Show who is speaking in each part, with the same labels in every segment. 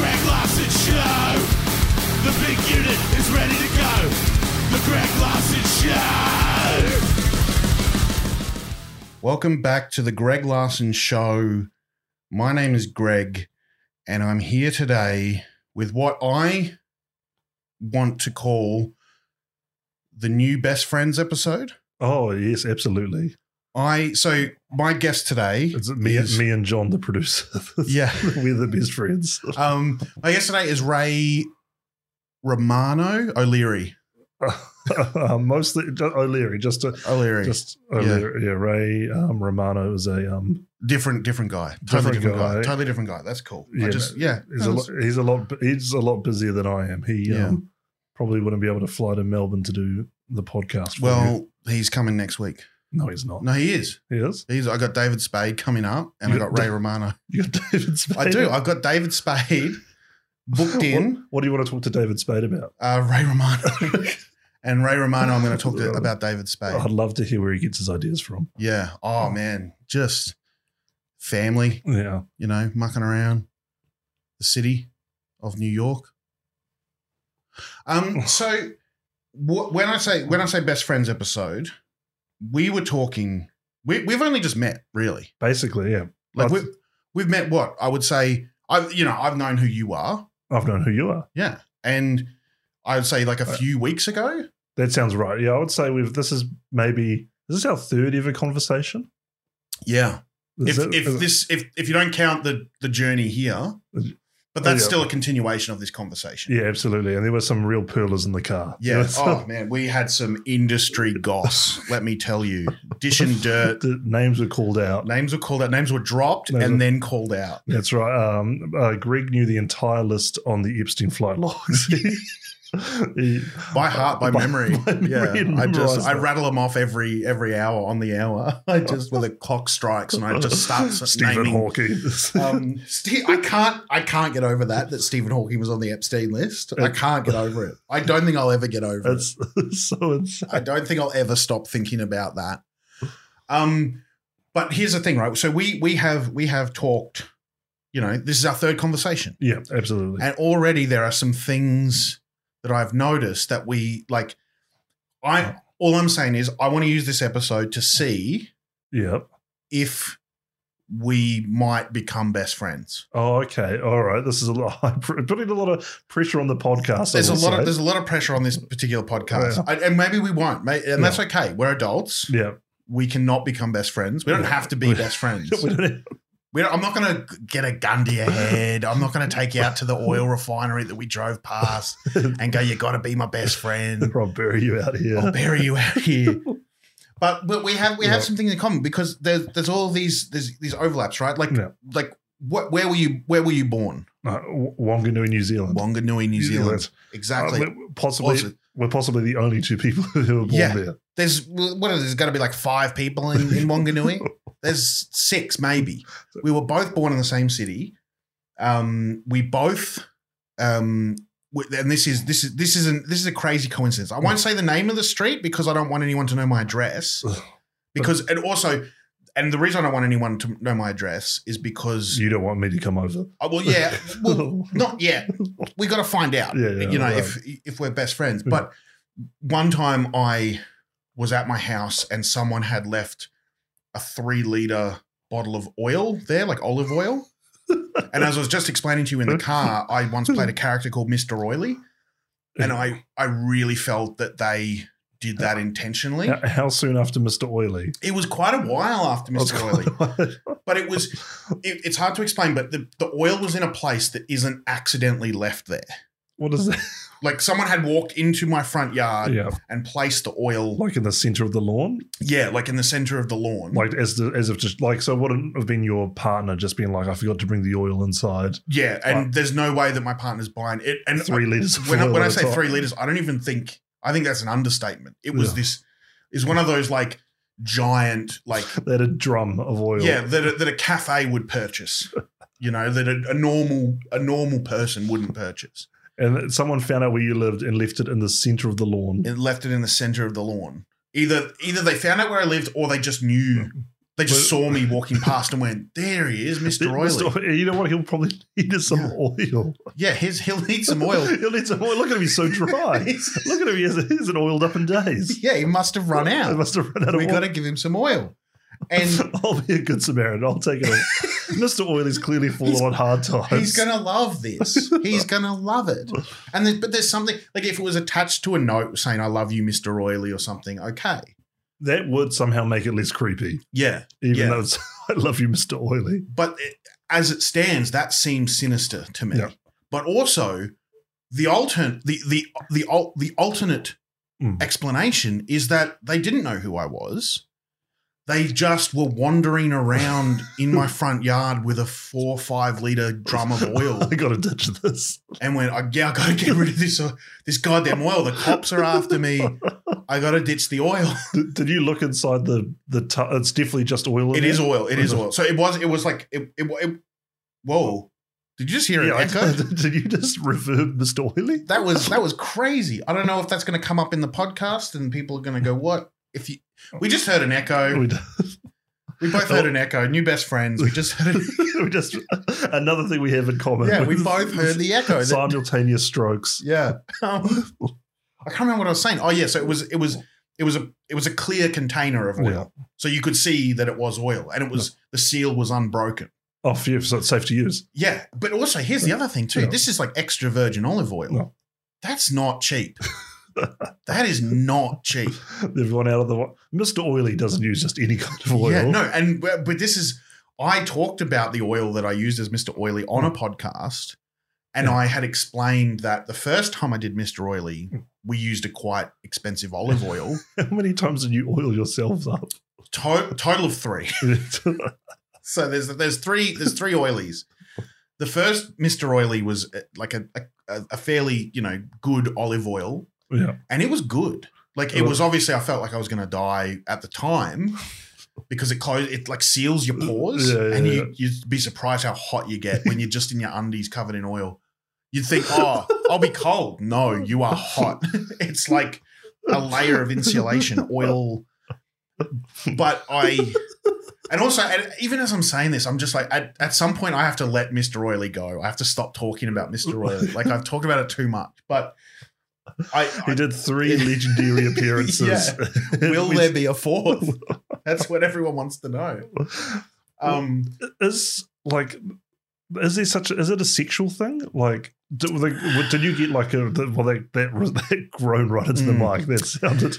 Speaker 1: Larson Show. The big unit is ready to go. The Greg Larson Show.
Speaker 2: Welcome back to the Greg Larson Show. My name is Greg, and I'm here today with what I want to call the new best friends episode.
Speaker 3: Oh yes, absolutely.
Speaker 2: I so my guest today
Speaker 3: It's me,
Speaker 2: is-
Speaker 3: me and John, the producer.
Speaker 2: yeah.
Speaker 3: we're the best friends.
Speaker 2: Um, my guest today is Ray Romano O'Leary.
Speaker 3: Um, Mostly ju- O'Leary, just a,
Speaker 2: O'Leary,
Speaker 3: just O'Leary. Yeah, Ray um, Romano is a um,
Speaker 2: different, different guy. Totally
Speaker 3: Different
Speaker 2: different, guy.
Speaker 3: guy.
Speaker 2: Totally different guy. That's cool. I
Speaker 3: Yeah,
Speaker 2: just yeah.
Speaker 3: he's a lot, he's a lot bu- he's a lot busier than I am. He
Speaker 2: Yeah.
Speaker 3: um, probably wouldn't be able to fly to Melbourne to do the podcast. for you.
Speaker 2: well, he's coming next week.
Speaker 3: no, he's not.
Speaker 2: No, he is.
Speaker 3: He is.
Speaker 2: He's. I got David Spade coming up, and I
Speaker 3: You-
Speaker 2: got Ray Romano.
Speaker 3: You got David Spade.
Speaker 2: I do. I've got David Spade booked
Speaker 3: What,
Speaker 2: in.
Speaker 3: what do you want to talk to David Spade about?
Speaker 2: Uh, Ray Romano and Ray Romano. I'm going to talk to, about David
Speaker 3: I'd
Speaker 2: Spade.
Speaker 3: love to hear where he gets his ideas from.
Speaker 2: Yeah. Oh man, just family.
Speaker 3: Yeah.
Speaker 2: You know, mucking around the city of New York. Um. So wh- when I say when I say best friends episode, we were talking. We, we've only just met, really.
Speaker 3: Basically, yeah.
Speaker 2: Like
Speaker 3: I've-
Speaker 2: we've we've met. What I would say, I've you know I've known who you are.
Speaker 3: I've known who you are.
Speaker 2: Yeah. Uh, And I would say like a
Speaker 3: Right.
Speaker 2: few weeks ago.
Speaker 3: That sounds right. Yeah, I would say we've this is maybe is this our third ever conversation?
Speaker 2: Yeah.
Speaker 3: Is
Speaker 2: if
Speaker 3: it-
Speaker 2: if
Speaker 3: is it-
Speaker 2: this if if you don't count the the journey here,
Speaker 3: Is it-
Speaker 2: but that's
Speaker 3: Oh, yeah.
Speaker 2: still a continuation of this conversation.
Speaker 3: yeah, absolutely. And there were some real pearlers in the car.
Speaker 2: Yeah.
Speaker 3: So-
Speaker 2: Oh man, we had some industry goss, let me tell you. Dish and dirt.
Speaker 3: the names were called out.
Speaker 2: Names were called out. Names were dropped
Speaker 3: Names
Speaker 2: and
Speaker 3: were-
Speaker 2: then called out.
Speaker 3: That's right. Um, uh, Greg knew the entire list on the Epstein flight logs. He-
Speaker 2: By heart, by,
Speaker 3: By-
Speaker 2: memory.
Speaker 3: by memory
Speaker 2: yeah.
Speaker 3: and
Speaker 2: I just
Speaker 3: memorise
Speaker 2: I
Speaker 3: them.
Speaker 2: rattle them off every every hour on the hour. I just where the clock strikes and I just start
Speaker 3: Stephen
Speaker 2: naming
Speaker 3: Hawking.
Speaker 2: um, Steve, I can't. I can't get over that that Stephen Hawking was on the Epstein list. I can't get over it. I don't think I'll ever get over it.
Speaker 3: That's so insane.
Speaker 2: I don't think I'll ever stop thinking about that. Um, but here's the thing, right? So we we have we have talked. You know, this is our third conversation,
Speaker 3: Yeah, absolutely.
Speaker 2: and already there are some things that I've noticed that we like. I all I'm saying is I want to use this episode to see
Speaker 3: yeah.
Speaker 2: if we might become best friends.
Speaker 3: Oh, okay. All right. This is a lot. I'm putting a lot of pressure on the podcast. I
Speaker 2: there's a
Speaker 3: will
Speaker 2: lot
Speaker 3: say.
Speaker 2: of there's a lot of pressure on this particular podcast,
Speaker 3: Yeah.
Speaker 2: I, and maybe we won't, ma- and that's okay. We're adults.
Speaker 3: yeah.
Speaker 2: We cannot become best friends. We don't
Speaker 3: Yeah.
Speaker 2: have to be best friends.
Speaker 3: We don't have-
Speaker 2: We don't, I'm not going to get a gun to your head. I'm not going to take you out to the oil refinery that we drove past and go, "You got to be my best friend."
Speaker 3: I'll bury you out here.
Speaker 2: I'll bury you out here. But but we have we
Speaker 3: Yeah.
Speaker 2: have something in common because there's there's all these there's these overlaps, right? Like
Speaker 3: Yeah.
Speaker 2: like what where were you where were you born?
Speaker 3: Uh, W- Whanganui, New Zealand.
Speaker 2: Wanganui, New Zealand. Exactly.
Speaker 3: Uh, we're possibly,
Speaker 2: Awesome.
Speaker 3: we're possibly the only two people who were born
Speaker 2: Yeah.
Speaker 3: there.
Speaker 2: There's what is there's going to be like five people in, in Wanganui. There's six maybe. We were both born in the same city. Um, we both, um, w- and this is this is this isn't this is a crazy coincidence. I won't say the name of the street because I don't want anyone to know my address. Because and also, and the reason I don't want anyone to know my address is because
Speaker 3: You don't want me to come over.
Speaker 2: oh, well, yeah, well, not yet. We got to find out.
Speaker 3: Yeah, yeah,
Speaker 2: you know,
Speaker 3: right.
Speaker 2: if if we're best friends.
Speaker 3: Yeah.
Speaker 2: But one time I was at my house and someone had left a three liter bottle of oil there, like olive oil. and as I was just explaining to you in the car, I once played a character called Mister Oily, and I I really felt that they did that intentionally.
Speaker 3: how, how soon after Mr. Oily?
Speaker 2: It was quite a while after Mister Oily,
Speaker 3: Oily.
Speaker 2: but it was it, it's hard to explain. But the, the oil was in a place that isn't accidentally left there.
Speaker 3: what is that?
Speaker 2: Like someone had walked into my front yard
Speaker 3: Yeah,
Speaker 2: and placed the oil,
Speaker 3: like in the center of the lawn,
Speaker 2: yeah, like in the center of the lawn.
Speaker 3: like as the, as if just like so. Wouldn't have been your partner just being like, I forgot to bring the oil inside.
Speaker 2: yeah, and there's no way that my partner's buying it. And
Speaker 3: Three liters. Of
Speaker 2: when I,
Speaker 3: oil
Speaker 2: when
Speaker 3: at
Speaker 2: I
Speaker 3: a
Speaker 2: say
Speaker 3: time.
Speaker 2: three liters, I don't even think I think that's an understatement. It was
Speaker 3: Yeah.
Speaker 2: this is one of those like giant like
Speaker 3: they had a drum of oil.
Speaker 2: yeah that a, that a cafe would purchase. You know that a, a normal a normal person wouldn't purchase.
Speaker 3: and someone found out where you lived and left it in the center of the lawn.
Speaker 2: It left it in the center of the lawn. Either either they found out where I lived or they just knew They just saw me walking past and went, "There he is, Mister Oily."
Speaker 3: You know what? He'll probably need is some oil.
Speaker 2: Yeah, his, he'll need some oil.
Speaker 3: he'll need some oil. Look at him. He's so dry.
Speaker 2: He's-
Speaker 3: Look at him. He hasn't, he hasn't oiled up in days.
Speaker 2: yeah, he must have run
Speaker 3: He
Speaker 2: out.
Speaker 3: must have run out of
Speaker 2: We
Speaker 3: oil.
Speaker 2: got to give him some oil. And
Speaker 3: I'll be a good Samaritan. I'll take it. all. Mr. Oil is clearly fallen
Speaker 2: He's-
Speaker 3: on hard times.
Speaker 2: he's gonna love this. He's gonna love it. And there's, but there's something like if it was attached to a note saying "I love you, Mister Oily" or something. Okay.
Speaker 3: that would somehow make it less creepy,
Speaker 2: Yeah,
Speaker 3: even
Speaker 2: Yeah.
Speaker 3: though it's, I love you, Mr. Oily.
Speaker 2: but it, as it stands, that seems sinister to me.
Speaker 3: Yeah.
Speaker 2: But also, the alternate the the the al- the alternate
Speaker 3: Mm.
Speaker 2: explanation is that they didn't know who I was. They just were wandering around in my front yard with a four or five liter drum of oil
Speaker 3: I got to ditch this.
Speaker 2: and went, "I- "Yeah, I got to get rid of this uh, this goddamn oil. The cops are after me. I got to ditch the oil."
Speaker 3: Did, did you look inside the the? tu it's definitely just oil. in
Speaker 2: It
Speaker 3: there?
Speaker 2: is oil. It is
Speaker 3: Mhm.
Speaker 2: oil. So it was. It was like it. it, it whoa! Did you just hear it?
Speaker 3: Yeah, I,
Speaker 2: echo?
Speaker 3: did you just reverb Mr. Oily?
Speaker 2: That was that was crazy. I don't know if that's going to come up in the podcast, and people are going to go, "What if you?" We just heard an echo.
Speaker 3: We, d-
Speaker 2: We both heard an echo. New best friends. We just heard. An,
Speaker 3: we just another thing we have in common.
Speaker 2: yeah, we both heard the echo. That-
Speaker 3: simultaneous strokes.
Speaker 2: yeah. Um, I can't remember what I was saying. Oh yeah, so it was it was it was a it was a clear container of oil,
Speaker 3: Yeah.
Speaker 2: so you could see that it was oil, and it was the seal was unbroken.
Speaker 3: Oh, phew, so it's safe to use.
Speaker 2: Yeah, but also here's the other thing too.
Speaker 3: Yeah.
Speaker 2: This is like extra virgin olive oil.
Speaker 3: No.
Speaker 2: That's not cheap. that is not cheap.
Speaker 3: They've gone out of the. wa- Mr. Oily doesn't use just any kind of oil.
Speaker 2: Yeah, no, and but but this is I talked about the oil that I used as Mr. Oily on a podcast, and
Speaker 3: Hmm. Yeah.
Speaker 2: I had explained that the first time I did Mr. Oily,
Speaker 3: Hmm.
Speaker 2: we used a quite expensive olive oil,
Speaker 3: How many times did you oil yourselves up?
Speaker 2: to- total of three. So there's there's three there's three oilies. The first Mr. Oily was uh, like a, a a fairly you know good olive oil,
Speaker 3: yeah.
Speaker 2: and it was good. Like it was obviously I felt like I was going to die at the time because it close it like seals your pores
Speaker 3: Yeah, yeah,
Speaker 2: and
Speaker 3: yeah.
Speaker 2: you you'd be surprised how hot you get when you're just in your undies covered in oil. You'd think, "Oh, I'll be cold." No, you are hot. It's like a layer of insulation, oil. But I and also and even as I'm saying this, I'm just like at, at some point I have to let Mr. Oily go. I have to stop talking about Mr. Oily. Like I've talked about it too much. But I, I
Speaker 3: He did three legendary appearances.
Speaker 2: Will there be a fourth? That's what everyone wants to know. Um,
Speaker 3: is like is there such a, is it a sexual thing like did, were they- what- did you get like a the, well that, that that groan right into
Speaker 2: Mm.
Speaker 3: the mic that sounded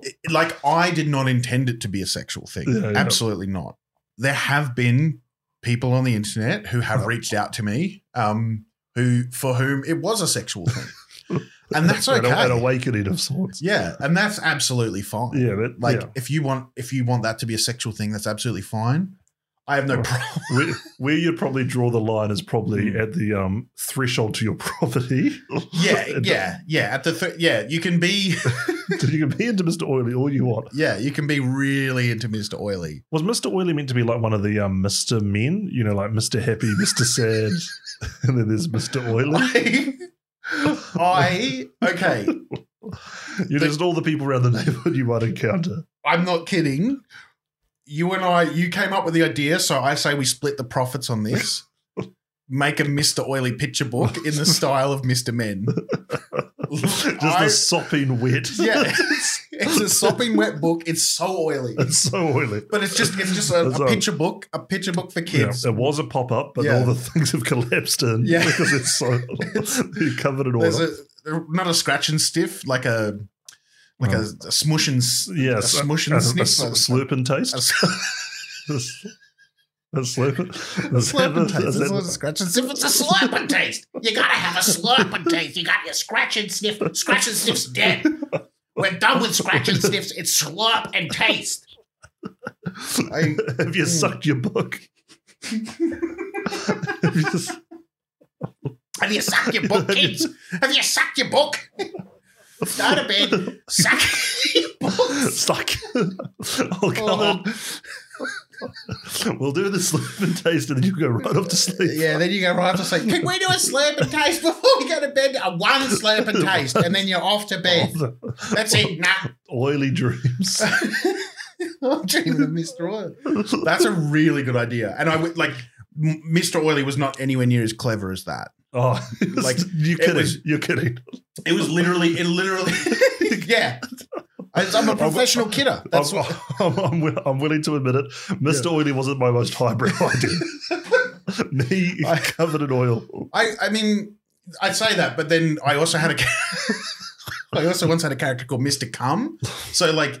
Speaker 2: it- like I did not intend it to be a sexual thing.
Speaker 3: Yeah, yeah.
Speaker 2: Absolutely not. There have been people on the internet who have reached out to me, um, who for whom it was a sexual thing, and that's
Speaker 3: an,
Speaker 2: okay.
Speaker 3: an awakening of sorts
Speaker 2: yeah, and that's absolutely fine.
Speaker 3: yeah that
Speaker 2: Like
Speaker 3: yeah.
Speaker 2: if you want if you want that to be a sexual thing, that's absolutely fine. I have no
Speaker 3: Right.
Speaker 2: problem.
Speaker 3: Where, where you'd probably draw the line is probably
Speaker 2: Mm.
Speaker 3: at the um threshold to your property
Speaker 2: Yeah,
Speaker 3: It-
Speaker 2: yeah, yeah. At the th- yeah, you can be
Speaker 3: you can be into mr oily all you want
Speaker 2: yeah, you can be really into Mister Oily.
Speaker 3: was mr oily meant to be like one of the um mr men you know like mr happy mr sad and then there's mr oily
Speaker 2: I, I okay,
Speaker 3: you
Speaker 2: The-
Speaker 3: just all the people around the neighborhood you might encounter
Speaker 2: I'm not kidding. You and I, you came up with the idea, so I say we split the profits on this. Make a Mr. Oily picture book in the style of Mr. Men.
Speaker 3: just
Speaker 2: I-
Speaker 3: the sopping wet.
Speaker 2: Yeah. It's a sopping wet book. It's so oily.
Speaker 3: it's so oily.
Speaker 2: But it's just it's just a,
Speaker 3: It's
Speaker 2: a
Speaker 3: a-
Speaker 2: picture book, a picture book for kids.
Speaker 3: Yeah, it was a pop up, but
Speaker 2: Yeah.
Speaker 3: all the things have collapsed in
Speaker 2: Yeah.
Speaker 3: because it's so you're covered in
Speaker 2: There's
Speaker 3: oil.
Speaker 2: a not a scratch and stiff, like a like a, a smush and s-
Speaker 3: yes,
Speaker 2: a smush
Speaker 3: a,
Speaker 2: and
Speaker 3: a
Speaker 2: sniff.
Speaker 3: s- slurp and taste.
Speaker 2: A
Speaker 3: A,
Speaker 2: s-
Speaker 3: s- a slurp. and- is that
Speaker 2: slurp and
Speaker 3: the- is
Speaker 2: taste. That's
Speaker 3: that-
Speaker 2: what a scratch and sniff. It's a
Speaker 4: It's a slurp and taste. You gotta have a slurp and taste. You got your scratch and sniff. Scratch and sniff's dead. We're done with scratch and sniffs. It's slurp and taste.
Speaker 2: I-
Speaker 3: Have you
Speaker 2: Mm.
Speaker 3: sucked your book? Have you s-
Speaker 4: Have you sucked your book, kids? Have you sucked your book? Start a bed. Suck your books.
Speaker 3: Stuck. oh god. we'll do the slurp and taste, and then you go right off to sleep.
Speaker 2: yeah, then you go right to say,
Speaker 4: Can we do a slurp and taste before we go to bed? A one slurp and taste, and then you're off to bed.
Speaker 3: All the
Speaker 4: That's it. Nah.
Speaker 3: oily dreams.
Speaker 2: hygiene with Mr. Oil. That's a really good idea. And I would like M- Mr. Oily was not anywhere near as clever as that.
Speaker 3: Oh,
Speaker 2: Like,
Speaker 3: like you kidding?
Speaker 2: was-
Speaker 3: You're kidding.
Speaker 2: It was literally, it literally, yeah. I, I'm a professional kidder. That's
Speaker 3: I'm, I'm, I'm, wi- I'm willing to admit it. Mr. Oily wasn't my most highbrow idea. Me
Speaker 2: I-
Speaker 3: covered in oil.
Speaker 2: I, I mean, I say that, but then I also had a, ca- I also once had a character called Mister Cum. So like,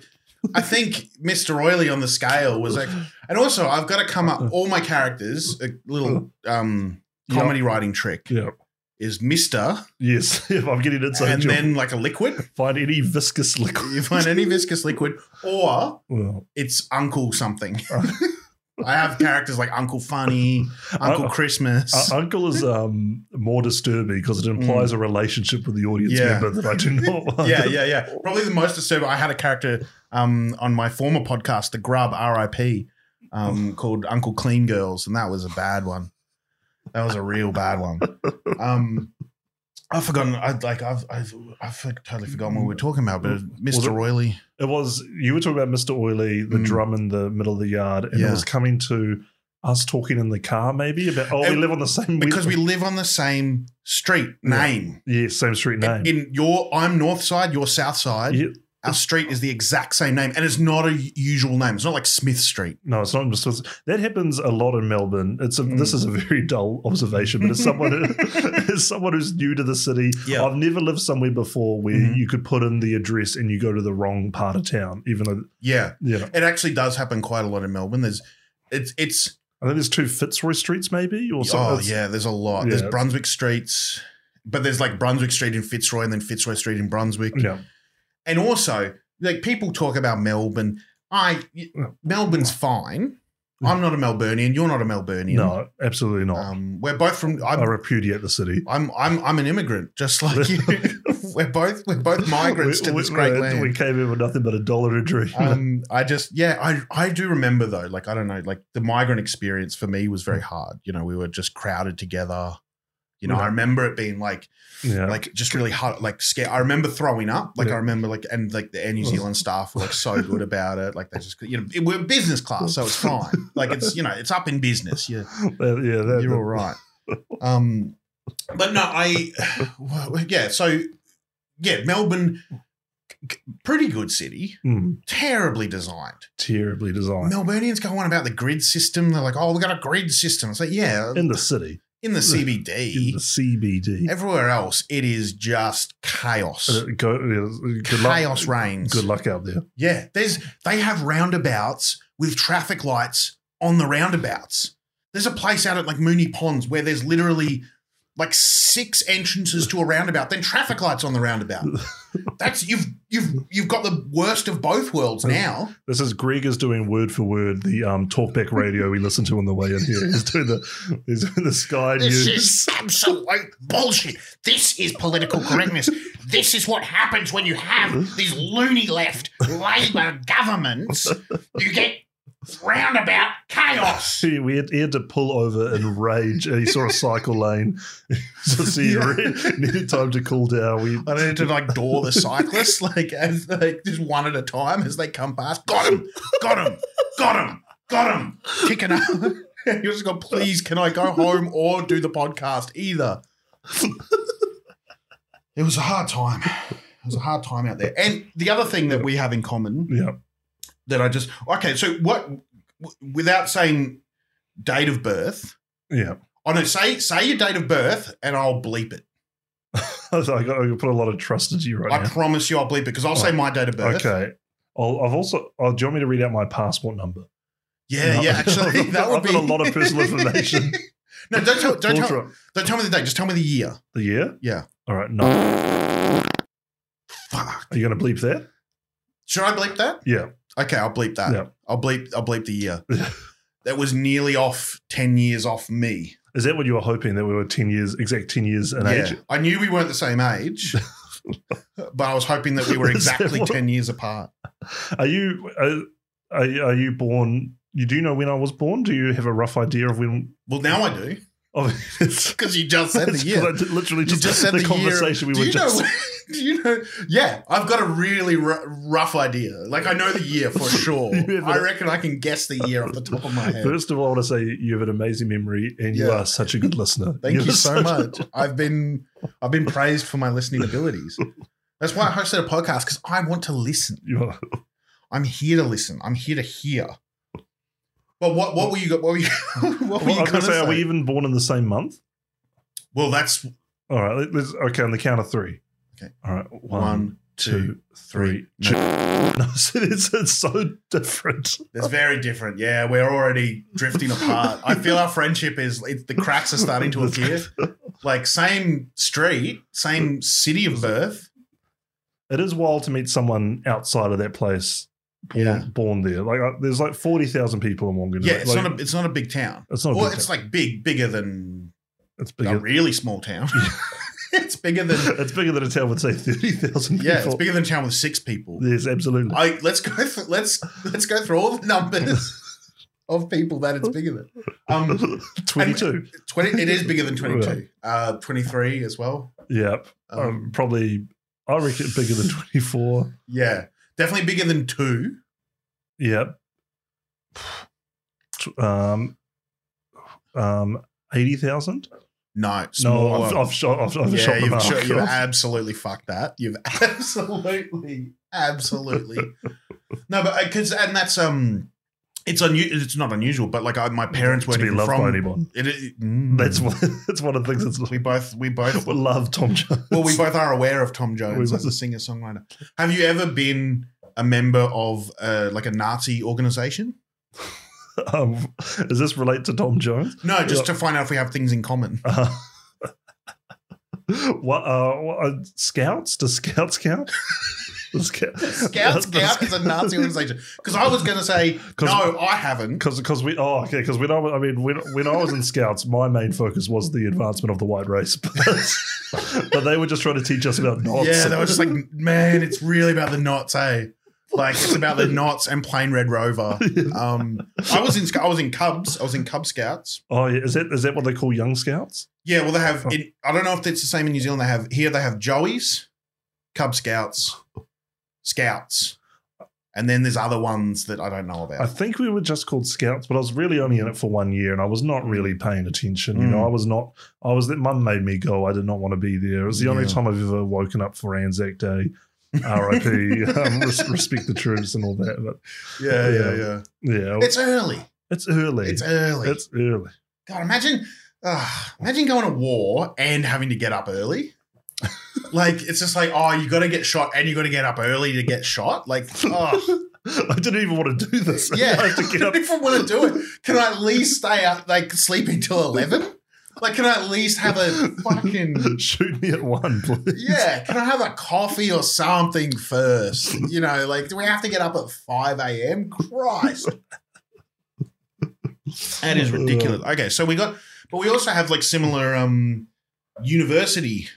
Speaker 2: I think Mister Oily on the scale was like, and also I've got to come up all my characters a little um comedy writing trick
Speaker 3: Yeah.
Speaker 2: is Mister,
Speaker 3: Yes. If I'm getting inside
Speaker 2: and
Speaker 3: joke.
Speaker 2: then like a liquid.
Speaker 3: find any viscous liquid.
Speaker 2: You find any viscous liquid, or
Speaker 3: Well,
Speaker 2: it's Uncle something.
Speaker 3: Uh.
Speaker 2: I have characters like Uncle Funny, Uncle
Speaker 3: Uh,
Speaker 2: Christmas.
Speaker 3: uh, uncle is um, more disturbing because it implies a relationship with the audience
Speaker 2: Hmm. Yeah.
Speaker 3: member that I do not want.
Speaker 2: yeah, yeah, yeah. Probably the most disturbing. I had a character um, on my former podcast, The Grub, RIP,
Speaker 3: Oh.
Speaker 2: um, called Uncle Clean Girls, and that was a bad one. That was a real bad one. Um, I've forgotten. I like. I've. I've. I've totally forgotten what we were talking about. But
Speaker 3: Was it-
Speaker 2: Mr. Royley.
Speaker 3: It was you were talking about Mr. Oily, the
Speaker 2: Mm.
Speaker 3: drum in the middle of the yard, and
Speaker 2: Yeah.
Speaker 3: it was coming to us talking in the car, maybe about oh, we
Speaker 2: And-
Speaker 3: live on the same
Speaker 2: because we live on the same street
Speaker 3: Yeah.
Speaker 2: name.
Speaker 3: yeah same street name.
Speaker 2: In your, I'm North Side. Your South Side.
Speaker 3: Yeah.
Speaker 2: Our street is the exact same name, and it's not a usual name. It's not like Smith Street.
Speaker 3: No, it's not just that happens a lot in Melbourne. It's a,
Speaker 2: Mm.
Speaker 3: this is a very dull observation, but as someone who- as someone who's new to the city,
Speaker 2: Yeah.
Speaker 3: I've never lived somewhere before where
Speaker 2: Mhm.
Speaker 3: you could put in the address and you go to the wrong part of town, even though
Speaker 2: Yeah,
Speaker 3: yeah.
Speaker 2: it actually does happen quite a lot in Melbourne. There's, it's it's
Speaker 3: I think there's two Fitzroy streets maybe
Speaker 2: Oh
Speaker 3: or something.
Speaker 2: yeah, there's a lot.
Speaker 3: Yeah.
Speaker 2: There's Brunswick streets, but there's like Brunswick Street in Fitzroy, and then Fitzroy Street in Brunswick.
Speaker 3: yeah.
Speaker 2: And also, like people talk about Melbourne. I Melbourne's fine. I'm not a Melburnian. You're not a Melburnian.
Speaker 3: No, absolutely not.
Speaker 2: um, we're both from.
Speaker 3: I
Speaker 2: I'm,
Speaker 3: repudiate the city.
Speaker 2: I'm I'm I'm an immigrant, just like you. we're both we're both migrants
Speaker 3: We-
Speaker 2: to
Speaker 3: we-
Speaker 2: this great
Speaker 3: we,
Speaker 2: land.
Speaker 3: We came in with nothing but a dollar a drink.
Speaker 2: um, I just yeah, I I do remember though. Like I don't know, like the migrant experience for me was very hard. You know, we were just crowded together. You know, I
Speaker 3: Yeah.
Speaker 2: remember it being like
Speaker 3: yeah.
Speaker 2: like just really hard, like scared. I remember throwing up. Like
Speaker 3: Yeah.
Speaker 2: I remember like and like the Air New
Speaker 3: Well.
Speaker 2: Zealand staff were like so good about it. Like they just you know it, we're business class, so it's fine. Like it's you know it's up in business. Yeah,
Speaker 3: Uh, yeah, that,
Speaker 2: you're all right. Um, but no, I well, yeah. So yeah, Melbourne, c- pretty good city,
Speaker 3: Mm,
Speaker 2: terribly designed.
Speaker 3: terribly designed
Speaker 2: Melburnians go on about the grid system. They're like, oh, we got a grid system. It's like, yeah,
Speaker 3: in the city,
Speaker 2: in the
Speaker 3: in the
Speaker 2: CBD.
Speaker 3: CBD.
Speaker 2: Everywhere else, it is just chaos.
Speaker 3: Uh, go, yeah, good
Speaker 2: chaos
Speaker 3: luck.
Speaker 2: reigns.
Speaker 3: Good luck out there.
Speaker 2: Yeah, there's they have roundabouts with traffic lights on the roundabouts. There's a place out at like Mooney Ponds where there's literally like six entrances to a roundabout, then traffic lights on the roundabout. That's you've you've you've got the worst of both worlds now.
Speaker 3: This is Greg is doing word for word the um, talkback radio we listened to on the way in here. He's doing the he's doing the Sky
Speaker 4: This
Speaker 3: News.
Speaker 4: is absolute bullshit. This is political correctness. This is what happens when you have these loony left Labour governments. You get roundabout chaos.
Speaker 3: He, we had, he had to pull over in rage. and He saw a cycle lane, so he
Speaker 2: Yeah.
Speaker 3: re- needed time to cool down. We
Speaker 2: I need to like door the cyclists, like as like just one at a time as they come past. Got him, got him, got him, got him. Kicking up. You just go, please, can I go home or do the podcast either? It was a hard time. It was a hard time out there. And the other thing that we have in common
Speaker 3: yeah
Speaker 2: that I just okay, so what? w- Without saying date of birth,
Speaker 3: yeah.
Speaker 2: oh no, say say your date of birth, and I'll bleep it.
Speaker 3: I got I got put a lot of trust into you right
Speaker 2: I
Speaker 3: now.
Speaker 2: promise you, I'll bleep it because I'll say my date of birth.
Speaker 3: Okay. I'll, I've also. Oh, do you want me to read out my passport number?
Speaker 2: Yeah,
Speaker 3: No.
Speaker 2: yeah. Actually, that would
Speaker 3: I've
Speaker 2: be
Speaker 3: got a lot of personal information.
Speaker 2: no, don't tell, don't
Speaker 3: Full
Speaker 2: tell,
Speaker 3: tru-
Speaker 2: don't tell me the date. Just tell me the year.
Speaker 3: the year.
Speaker 2: Yeah.
Speaker 3: All right. No. Are
Speaker 2: Fuck.
Speaker 3: you going to bleep that?
Speaker 2: Should I bleep that?
Speaker 3: Yeah.
Speaker 2: Okay, I'll bleep that.
Speaker 3: Yeah.
Speaker 2: I'll bleep. I'll bleep the year. that was nearly off ten years off me.
Speaker 3: Is that what you were hoping that we were ten years exact ten years in
Speaker 2: yeah,
Speaker 3: age?
Speaker 2: I knew we weren't the same age, but I was hoping that we were
Speaker 3: Is that
Speaker 2: exactly
Speaker 3: what-
Speaker 2: ten years apart.
Speaker 3: Are you uh, are, are you born? You do know when I was born. Do you have a rough idea of when?
Speaker 2: Well, now I do.
Speaker 3: I mean, Oh, it's
Speaker 2: Because you just said the
Speaker 3: it's-
Speaker 2: year.
Speaker 3: I did- literally
Speaker 2: You
Speaker 3: just,
Speaker 2: just said
Speaker 3: the,
Speaker 2: the year-
Speaker 3: conversation we
Speaker 2: do
Speaker 3: were
Speaker 2: you
Speaker 3: just
Speaker 2: know? Do you know? Yeah, I've got a really r- rough idea. Like I know the year for sure.
Speaker 3: You have
Speaker 2: I
Speaker 3: a-
Speaker 2: reckon I can guess the year off the top of my head.
Speaker 3: First of all, I want to say you have an amazing memory and you
Speaker 2: Yeah.
Speaker 3: are such a good listener.
Speaker 2: Thank
Speaker 3: You're
Speaker 2: you so
Speaker 3: such-
Speaker 2: much. I've been I've been praised for my listening abilities. That's why I hosted a podcast because I want to listen.
Speaker 3: you are-
Speaker 2: I'm here to listen. I'm here to hear. Well, what what were you? What were you? What were
Speaker 3: Well, I
Speaker 2: you going
Speaker 3: was going
Speaker 2: to
Speaker 3: to say,
Speaker 2: say?
Speaker 3: are we even born in the same month?
Speaker 2: well, that's
Speaker 3: All right. let- Let's, okay, on the count of three.
Speaker 2: Okay.
Speaker 3: All right. One,
Speaker 2: one.
Speaker 3: two, three.
Speaker 2: No.
Speaker 3: two. No, so it's, it's so different.
Speaker 2: That's very different. Yeah, we're already drifting apart. I feel our friendship is it, the cracks are starting to appear. Like same street, same city of birth.
Speaker 3: It is wild to meet someone outside of that place. Born,
Speaker 2: Yeah.
Speaker 3: born there. Like I, there's like forty thousand people in Wongan.
Speaker 2: Yeah, it's
Speaker 3: like,
Speaker 2: not a it's not a big town.
Speaker 3: It's not. A
Speaker 2: Well,
Speaker 3: big
Speaker 2: it's
Speaker 3: town.
Speaker 2: like big, bigger than
Speaker 3: it's
Speaker 2: a
Speaker 3: bigger.
Speaker 2: really small town. it's bigger than
Speaker 3: it's bigger than a town would say thirty thousand people.
Speaker 2: yeah, it's bigger than a town with six people.
Speaker 3: Yes, absolutely.
Speaker 2: I let's go th- let's let's go through all the numbers of people that it's bigger than. Um,
Speaker 3: Twenty-two.
Speaker 2: 20, it is bigger than 22. Uh, 23 as well.
Speaker 3: yep. Um,
Speaker 2: Um,
Speaker 3: probably. I reckon bigger than twenty-four.
Speaker 2: yeah. Definitely bigger than two.
Speaker 3: Yep. Um. Um. Eighty thousand.
Speaker 2: No,
Speaker 3: No,
Speaker 2: smaller.
Speaker 3: I've, I've shot. I've, I've
Speaker 2: yeah,
Speaker 3: shot the
Speaker 2: you've,
Speaker 3: mark.
Speaker 2: sure- you've absolutely fucked that. You've absolutely, absolutely. no, but because and that's um, it's unusual. It's not unusual, but like I, my parents
Speaker 3: Mm, to
Speaker 2: weren't
Speaker 3: be
Speaker 2: even
Speaker 3: loved by
Speaker 2: from.
Speaker 3: anyone.
Speaker 2: It, it- mm.
Speaker 3: That's one. That's one of the things that's
Speaker 2: we both we both
Speaker 3: We love Tom Jones.
Speaker 2: well we both are aware of Tom Jones
Speaker 3: We-
Speaker 2: as a singer songwriter. Have you ever been a member of uh, like a Nazi organization?
Speaker 3: Um, does this relate to Tom Jones?
Speaker 2: No, just to find out if we have things in common.
Speaker 3: Uh, what, uh, what, uh, scouts? Does scouts count? The scout,
Speaker 2: Scout Scout is a Nazi organization. Because I was going to say,
Speaker 3: 'Cause-
Speaker 2: no, I haven't.
Speaker 3: Because, because we, oh, okay. Because when I, was- I mean, when, when I was in Scouts, my main focus was the advancement of the white race, but, but they were just trying to teach us about knots.
Speaker 2: Yeah, they were just like, man, it's really about the knots, eh? Like it's about the knots and plain red rover. Um, I was in Sc- I was in Cubs. I was in Cub Scouts.
Speaker 3: oh, yeah. Is that is that what they call young Scouts?
Speaker 2: Yeah, well, they have. In, I don't know if it's the same in New Zealand. They have here. They have Joeys, Cub Scouts, Scouts, and then there's other ones that I don't know
Speaker 3: I
Speaker 2: about.
Speaker 3: think we were just called scouts, but I was really only in it for one year, and I was not really paying attention. You know,
Speaker 2: Mm.
Speaker 3: I was not. I was that mum made me go. I did not want to be there. It was the only
Speaker 2: Yeah.
Speaker 3: time I've ever woken up for Anzac Day. R.I.P. um, res- respect the troops and all that. But
Speaker 2: Yeah,
Speaker 3: Yeah.
Speaker 2: yeah, yeah.
Speaker 3: yeah, it's,
Speaker 2: It's early.
Speaker 3: early.
Speaker 2: It's early.
Speaker 3: It's early.
Speaker 2: God, imagine, uh, imagine going to war and having to get up early. like it's just like, oh, you got to get shot, and you got to get up early to get shot. Like, oh,
Speaker 3: I didn't even want to do this.
Speaker 2: yeah,
Speaker 3: I have to get up.
Speaker 2: if I want to do it, can I at least stay up, like sleeping till eleven? Like, can I at least have a fucking
Speaker 3: Shoot me at one, please.
Speaker 2: yeah? Can I have a coffee or something first? You know, like, do we have to get up at five a.m.? Christ, that is ridiculous. Okay, so we got, but we also have like similar um university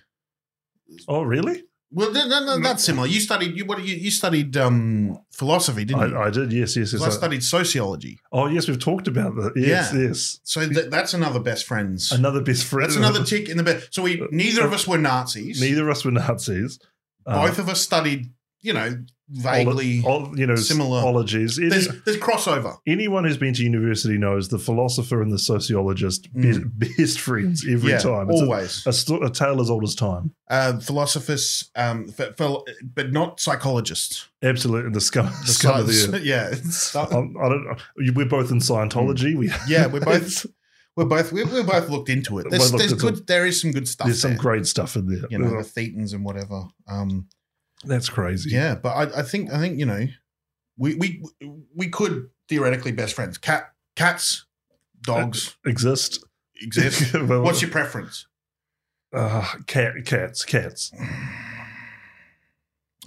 Speaker 3: Oh, really?
Speaker 2: Well, no, no, no, that's similar. You studied you what you you studied um, philosophy, didn't you?
Speaker 3: I, I did. Yes, yes, yes.
Speaker 2: Well, I,
Speaker 3: I-
Speaker 2: studied sociology,
Speaker 3: oh, yes. We've talked about that. Yes,
Speaker 2: Yeah.
Speaker 3: yes.
Speaker 2: so th- that's another best friends.
Speaker 3: Another best friend.
Speaker 2: That's another tick in the best. So we neither of us were Nazis.
Speaker 3: Uh, Neither of us were Nazis. Um,
Speaker 2: Both of us studied, you know, vaguely.
Speaker 3: Olo- ol- you know,
Speaker 2: similar.
Speaker 3: ologies. Any-
Speaker 2: there's there's crossover.
Speaker 3: anyone who's been to university knows the philosopher and the sociologist
Speaker 2: Mm.
Speaker 3: be- best friends every
Speaker 2: yeah,
Speaker 3: time. It's a-
Speaker 2: always
Speaker 3: a, sto- a tale as old as time.
Speaker 2: um, philosophers, um, ph- phil- but not psychologists.
Speaker 3: Absolutely, the scum, the scum of the earth.
Speaker 2: yeah, it's-
Speaker 3: Um, I don't. know. We're both in Scientology. We
Speaker 2: Mm. yeah. We're both we're both we're, we're both looked into it. There's,
Speaker 3: Both looked
Speaker 2: there's
Speaker 3: into
Speaker 2: good. There is some good stuff.
Speaker 3: there's some
Speaker 2: there.
Speaker 3: great stuff in there.
Speaker 2: you know, the thetans and whatever. Um,
Speaker 3: That's crazy.
Speaker 2: Yeah, but I, I think I think you know, we we we could theoretically best friends. Cat cats, dogs
Speaker 3: exist.
Speaker 2: exist.
Speaker 3: Well,
Speaker 2: What's your preference?
Speaker 3: uh, cat? Cats, cats.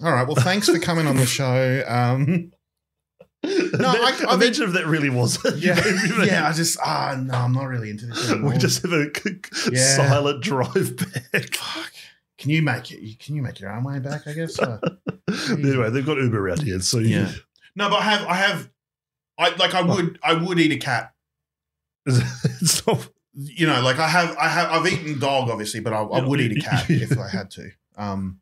Speaker 2: All right. Well, thanks for coming on the show. Um,
Speaker 3: No,
Speaker 2: I- I think-
Speaker 3: imagine if that really was. it.
Speaker 2: yeah, yeah. I just ah no, I'm not really into this. Anymore.
Speaker 3: We just have a c- c-
Speaker 2: Yeah.
Speaker 3: silent drive back.
Speaker 2: fuck. Can you make it? Can you make your own way back? I guess. Uh,
Speaker 3: anyway, they've got Uber out here, so
Speaker 2: Yeah. no, but I have I have I like I would I would eat a cat.
Speaker 3: it's not,
Speaker 2: you know, like I have, I have, I've eaten dog obviously, but I, I would eat a cat if I had to. Um,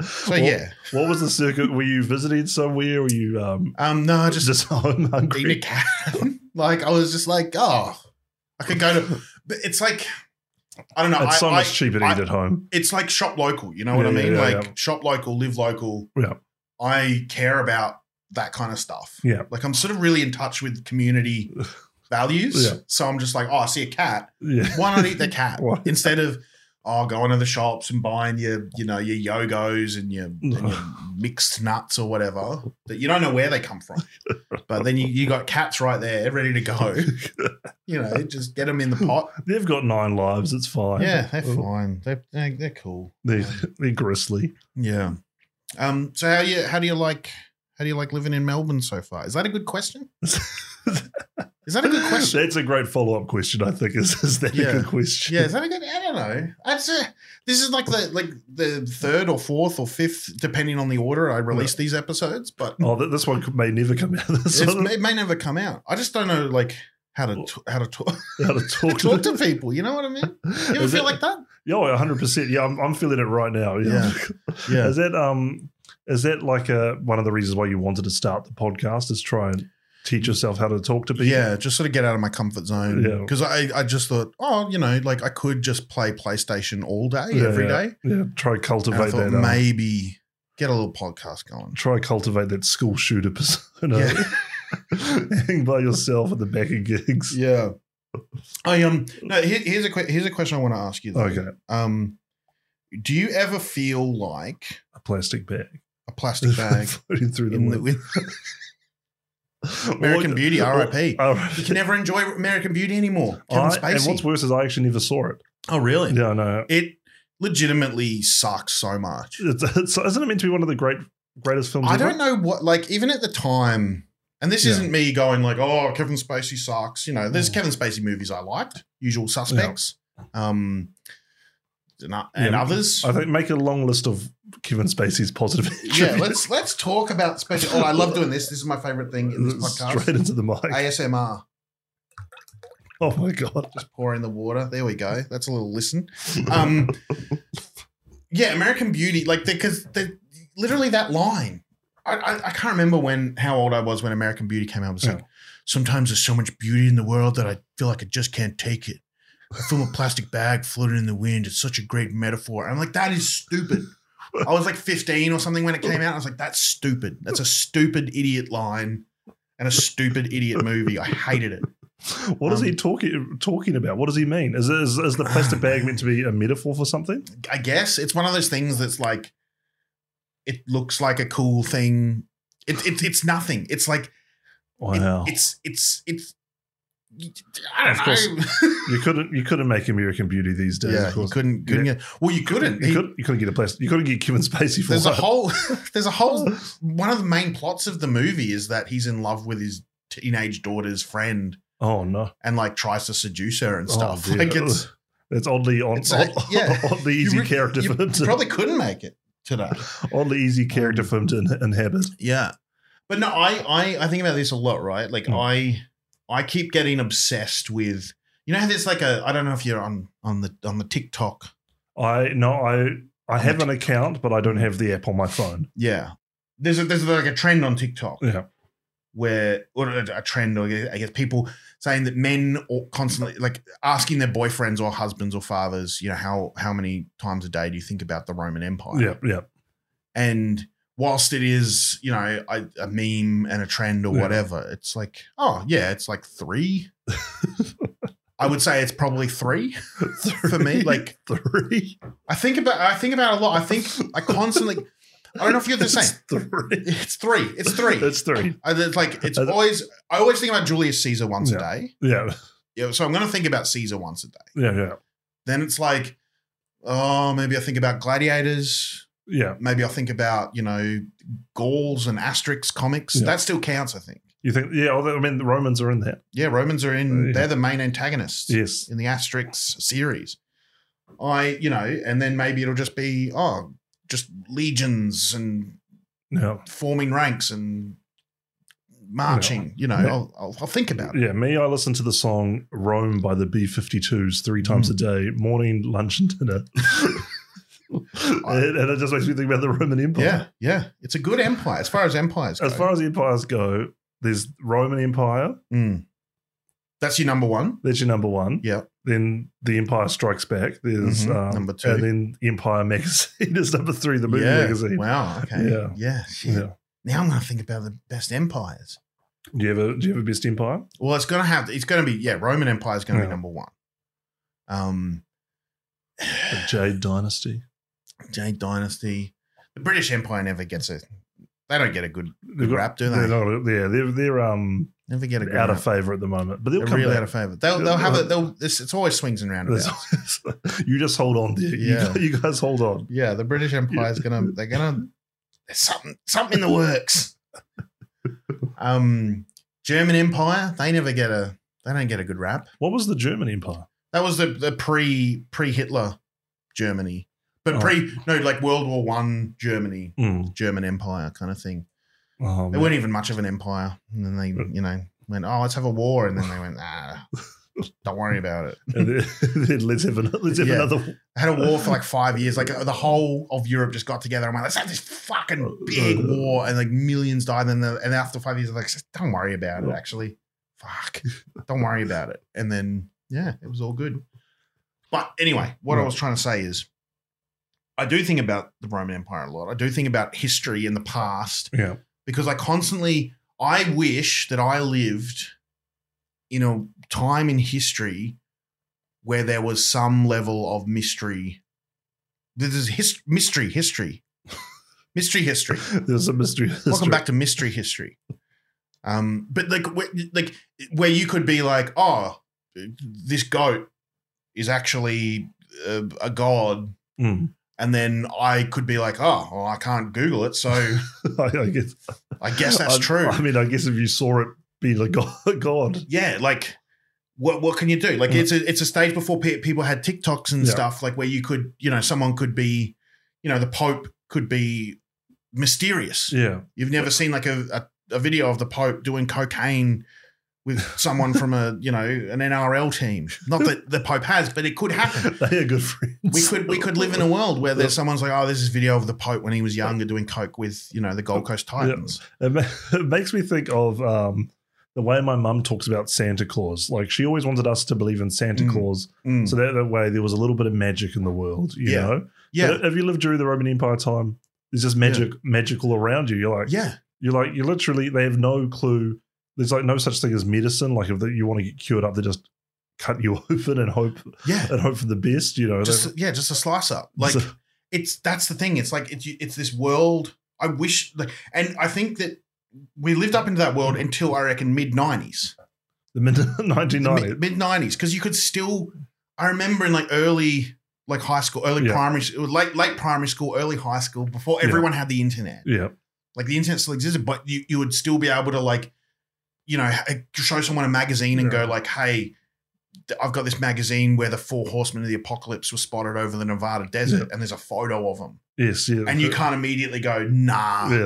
Speaker 2: so
Speaker 3: Well-
Speaker 2: yeah,
Speaker 3: What was the circuit? Were you visiting somewhere? Were you um,
Speaker 2: um, no, I just
Speaker 3: just just home
Speaker 2: eat a
Speaker 3: hungry?
Speaker 2: cat. like I was just like, oh, I could go to. But it's like, I don't know.
Speaker 3: It's
Speaker 2: I,
Speaker 3: so
Speaker 2: I-
Speaker 3: much cheaper to
Speaker 2: I-
Speaker 3: eat at home.
Speaker 2: it's like shop local. You know what
Speaker 3: Yeah,
Speaker 2: I mean?
Speaker 3: yeah, yeah,
Speaker 2: like
Speaker 3: yeah.
Speaker 2: shop local, live local.
Speaker 3: Yeah.
Speaker 2: I care about that kind of stuff.
Speaker 3: Yeah.
Speaker 2: Like I'm sort of really in touch with community values.
Speaker 3: Yeah.
Speaker 2: So I'm just like, oh, I see a cat.
Speaker 3: Yeah,
Speaker 2: Why not eat the cat
Speaker 3: Why?
Speaker 2: instead of oh going to the shops and buying your you know your yogos and your, and your mixed nuts or whatever that you don't know where they come from. But then you, you got cats right there ready to go. You know, just get them in the pot.
Speaker 3: they've got nine lives. It's fine.
Speaker 2: Yeah, they're fine. They're they're, they're cool.
Speaker 3: They're, they're gristly.
Speaker 2: Yeah. Um. So how you how do you like how do you like living in Melbourne so far? Is that a good question? Is that a good question?
Speaker 3: That's a great follow up question. I think is is that
Speaker 2: Yeah.
Speaker 3: a good question?
Speaker 2: Yeah. Is that a good? I don't know. That's a, this is like the like the third or fourth or fifth, depending on the order I release these episodes. But
Speaker 3: Oh, th- this one could- may never come out. This
Speaker 2: it's,
Speaker 3: one,
Speaker 2: it may never come out. I just don't know like how to t- how to talk,
Speaker 3: how to talk,
Speaker 2: talk to people. You know what I mean? You ever
Speaker 3: Is
Speaker 2: feel
Speaker 3: it-
Speaker 2: like that?
Speaker 3: Yeah, one hundred percent. Yeah, I'm, I'm feeling it right now. Yeah. Is that um is that like a one of the reasons why you wanted to start the podcast is try and teach yourself how to talk to people?
Speaker 2: Yeah, just sort of get out of my comfort zone.
Speaker 3: Yeah.
Speaker 2: Because I, I just thought, oh, you know, like I could just play PlayStation all day,
Speaker 3: Yeah,
Speaker 2: every day.
Speaker 3: Yeah. Try
Speaker 2: And I
Speaker 3: cultivate
Speaker 2: thought
Speaker 3: that. um,
Speaker 2: maybe get a little podcast going.
Speaker 3: try cultivate that school shooter persona.
Speaker 2: Yeah.
Speaker 3: Hang by yourself at the back of gigs.
Speaker 2: Yeah. I um no here, here's a que- here's a question I want to ask you though.
Speaker 3: Okay.
Speaker 2: Um, do you ever feel like
Speaker 3: A plastic bag.
Speaker 2: a plastic bag
Speaker 3: floating through the
Speaker 2: in the
Speaker 3: wind.
Speaker 2: wind? American Beauty, R.I.P. You can
Speaker 3: R.I.P.
Speaker 2: never enjoy American Beauty anymore. Kevin
Speaker 3: Oh, I, and
Speaker 2: Spacey.
Speaker 3: what's worse is I actually never saw it.
Speaker 2: oh really?
Speaker 3: Yeah, no.
Speaker 2: It legitimately sucks so much.
Speaker 3: It's, it's, isn't it meant to be one of the great greatest films?
Speaker 2: I
Speaker 3: ever?
Speaker 2: don't know what, like, even at the time, and this
Speaker 3: Yeah.
Speaker 2: isn't me going like, oh, Kevin Spacey sucks. You know, there's
Speaker 3: Mm.
Speaker 2: Kevin Spacey movies I liked, Usual Suspects, um, and, o- and
Speaker 3: Yeah.
Speaker 2: others.
Speaker 3: I think make a long list of Kevin Spacey's positive.
Speaker 2: yeah,
Speaker 3: attributes.
Speaker 2: let's let's talk about Spacey. Oh, I love doing this. This is my favorite thing in this podcast.
Speaker 3: Straight into the mic.
Speaker 2: ASMR,
Speaker 3: oh my god.
Speaker 2: just pouring the water. There we go. That's a little listen. Um, yeah, American Beauty, like, because literally that line. I, I, I can't remember when how old I was when American Beauty came out. It was like,
Speaker 3: Yeah.
Speaker 2: sometimes there's so much beauty in the world that I feel like I just can't take it. I feel a plastic bag floating in the wind. It's such a great metaphor. I'm like, that is stupid. I was like 15 or something when it came out. I was like, that's stupid. That's a stupid idiot line and a stupid idiot movie. I hated it.
Speaker 3: What is
Speaker 2: Um,
Speaker 3: he talking talking about? What does he mean? Is, is is the plastic bag meant to be a metaphor for something?
Speaker 2: I guess it's one of those things that's like, it looks like a cool thing. It, it, it's nothing. It's like, it-
Speaker 3: Wow.
Speaker 2: it's, it's, it's, I don't
Speaker 3: Of course.
Speaker 2: know.
Speaker 3: you couldn't you couldn't make American Beauty these days,
Speaker 2: yeah,
Speaker 3: of
Speaker 2: you
Speaker 3: course.
Speaker 2: couldn't, couldn't get, well, you couldn't.
Speaker 3: You,
Speaker 2: He-
Speaker 3: could, you couldn't get a plastic. You couldn't get Kevin Spacey for
Speaker 2: There's a
Speaker 3: that.
Speaker 2: whole, there's a whole. One of the main plots of the movie is that he's in love with his teenage daughter's friend
Speaker 3: Oh no.
Speaker 2: and like tries to seduce her and
Speaker 3: Oh,
Speaker 2: stuff.
Speaker 3: dear.
Speaker 2: like it's
Speaker 3: It's oddly on,
Speaker 2: It's a-
Speaker 3: on-
Speaker 2: yeah.
Speaker 3: oddly easy
Speaker 2: re-
Speaker 3: character
Speaker 2: you
Speaker 3: for him to
Speaker 2: probably couldn't make it today.
Speaker 3: oddly easy character for him to in- inhabit.
Speaker 2: Yeah, but no, I I I think about this a lot, right? Like
Speaker 3: Hmm.
Speaker 2: I I keep getting obsessed with. You know how there's like a I don't know if you're on on the on the TikTok.
Speaker 3: I no, I I have an account, but I don't have the app on my phone.
Speaker 2: Yeah, there's a, there's like a trend on TikTok.
Speaker 3: Yeah.
Speaker 2: where or a a trend or I guess people saying that men or constantly like asking their boyfriends or husbands or fathers, you know, how how many times a day do you think about the Roman Empire?
Speaker 3: Yeah, yeah.
Speaker 2: And whilst it is, you know, a, a meme and a trend or
Speaker 3: Yeah.
Speaker 2: whatever, it's like, oh yeah, it's like three. I would say it's probably three for me. Like
Speaker 3: three.
Speaker 2: I think about I think about it a lot. I think I constantly I don't know if you're the same.
Speaker 3: Three.
Speaker 2: It's three. It's three.
Speaker 3: It's three.
Speaker 2: I- It's like it's
Speaker 3: I-
Speaker 2: always. I always think about Julius Caesar once
Speaker 3: Yeah.
Speaker 2: a day.
Speaker 3: Yeah,
Speaker 2: Yeah, so I'm going to think about Caesar once a day.
Speaker 3: yeah, yeah,
Speaker 2: Then it's like, oh, maybe I think about gladiators.
Speaker 3: yeah.
Speaker 2: Maybe I think about you know Gauls and Asterix comics.
Speaker 3: Yeah.
Speaker 2: That still counts, I think.
Speaker 3: You think? Yeah, although, I mean the Romans are in that.
Speaker 2: Yeah, Romans are in.
Speaker 3: Uh, yeah.
Speaker 2: They're the main antagonists
Speaker 3: Yes.
Speaker 2: in the Asterix series. I, you know, and then maybe it'll just be oh, just legions and
Speaker 3: No.
Speaker 2: forming ranks and marching. You know,
Speaker 3: Yeah.
Speaker 2: I'll, I'll, I'll think about it.
Speaker 3: Yeah, me, I listen to the song Rome by the B 52s three times a day morning, lunch, and dinner. and, and it just makes me think about the Roman Empire.
Speaker 2: Yeah, yeah. It's a good empire as far as empires go.
Speaker 3: As far as empires go, there's Roman Empire.
Speaker 2: Mm. That's your number one.
Speaker 3: That's your number one.
Speaker 2: Yeah.
Speaker 3: Then the Empire Strikes Back. There's
Speaker 2: Mhm,
Speaker 3: um,
Speaker 2: number two.
Speaker 3: and then Empire Magazine is number three. The movie
Speaker 2: yeah.
Speaker 3: magazine.
Speaker 2: Wow. Okay. Yeah.
Speaker 3: Yeah.
Speaker 2: shit.
Speaker 3: Yeah.
Speaker 2: Now I'm going to think about the best empires.
Speaker 3: Do you ever do you have a best empire?
Speaker 2: Well, it's going to have. It's going to be. Yeah, Roman Empire is going to
Speaker 3: Yeah.
Speaker 2: be number one. Um,
Speaker 3: The Jade Dynasty.
Speaker 2: Jade Dynasty. The British Empire never gets a. They don't get a good
Speaker 3: They've
Speaker 2: rap, do they?
Speaker 3: They're not, yeah, they're they're um
Speaker 2: never get a good
Speaker 3: out
Speaker 2: rap.
Speaker 3: of favor at the moment, but they'll
Speaker 2: They're
Speaker 3: come
Speaker 2: really
Speaker 3: back.
Speaker 2: out of favor. They'll
Speaker 3: They'll-
Speaker 2: they'll have
Speaker 3: they'll-
Speaker 2: it. They'll. It's, it's always swings and roundabouts.
Speaker 3: There's- you just hold on. There.
Speaker 2: Yeah.
Speaker 3: You, you guys hold on.
Speaker 2: Yeah, the British Empire is gonna they're gonna there's something something in the works. Um German Empire, they never get a they don't get a good rap.
Speaker 3: What was the German Empire?
Speaker 2: That was the, the pre pre Hitler Germany. But
Speaker 3: Oh.
Speaker 2: pre no, like World War One Germany,
Speaker 3: Mm.
Speaker 2: German Empire kind of thing.
Speaker 3: Oh,
Speaker 2: They
Speaker 3: man.
Speaker 2: weren't even much of an empire. And then they, you know, went, Oh, let's have a war. And then they went, ah, don't worry about it.
Speaker 3: And then, then let's have another. Let's have
Speaker 2: Yeah.
Speaker 3: another.
Speaker 2: I had a war for like five years. Like the whole of Europe just got together and went, let's have this fucking big war. And like millions died. And then the, and after five years, they're like, don't worry about it, actually. Fuck. Don't worry about it. And then, yeah, it was all good. But anyway, what I was trying to say is I do think about the Roman Empire a lot. I do think about history and the past
Speaker 3: Yeah.
Speaker 2: because I constantly, I wish that I lived in a time in history where there was some level of mystery. This is his, mystery history. mystery history.
Speaker 3: There's a mystery.
Speaker 2: Welcome back to mystery history. Um, but like, where, like where you could be like, oh, this goat is actually a, a god,
Speaker 3: Mm.
Speaker 2: and then I could be like, oh, well, I can't Google it, so
Speaker 3: I, I guess.
Speaker 2: I guess that's
Speaker 3: I-
Speaker 2: true.
Speaker 3: I mean, I guess if you saw it be like God, God.
Speaker 2: yeah, like what what can you do? Like
Speaker 3: Yeah.
Speaker 2: it's a it's a stage before pe- people had TikToks and
Speaker 3: Yeah.
Speaker 2: stuff, like where you could you know someone could be, you know, the Pope could be mysterious.
Speaker 3: Yeah.
Speaker 2: You've never seen like a, a a video of the Pope doing cocaine with someone from a you know an NRL team. Not that the Pope has, but it could happen.
Speaker 3: They are good friends.
Speaker 2: We could we could live in a world where there's someone's like, oh, this is video of the Pope when he was younger doing coke with you know the Gold Coast Titans.
Speaker 3: It, ma- it makes me think of um, the way my mum talks about Santa Claus. Like she always wanted us to believe in Santa
Speaker 2: Mm.
Speaker 3: Claus,
Speaker 2: Mm.
Speaker 3: so that, that way there was a little bit of magic in the world. You
Speaker 2: Yeah.
Speaker 3: know,
Speaker 2: Yeah,
Speaker 3: But if you lived during the Roman Empire time, there's just magic, magical around you. You're like,
Speaker 2: yeah,
Speaker 3: you're like, you literally they have no clue. There's like no such thing as medicine. Like if they, you want to get cured up, they just cut you open and hope
Speaker 2: yeah.
Speaker 3: and hope for the best. You know,
Speaker 2: Just yeah, just a slice up. Like
Speaker 3: So-
Speaker 2: it's that's the thing. It's like it's it's this world. I wish like, and I think that we lived up into that world until I reckon mid nineties,
Speaker 3: the mid 1990s.
Speaker 2: mid nineties, because you could still. I remember in like early, like high school, early
Speaker 3: Yeah.
Speaker 2: primary, it was late late primary school, early high school, before
Speaker 3: Yeah.
Speaker 2: everyone had the internet.
Speaker 3: Yeah,
Speaker 2: Like the internet still existed, but you you would still be able to like, you know, h- show someone a magazine and
Speaker 3: Yeah.
Speaker 2: go like, hey. I've got this magazine where the four horsemen of the apocalypse were spotted over the Nevada desert, and there's a photo of them
Speaker 3: yes, yeah,
Speaker 2: and you can't immediately go nah.
Speaker 3: Yeah,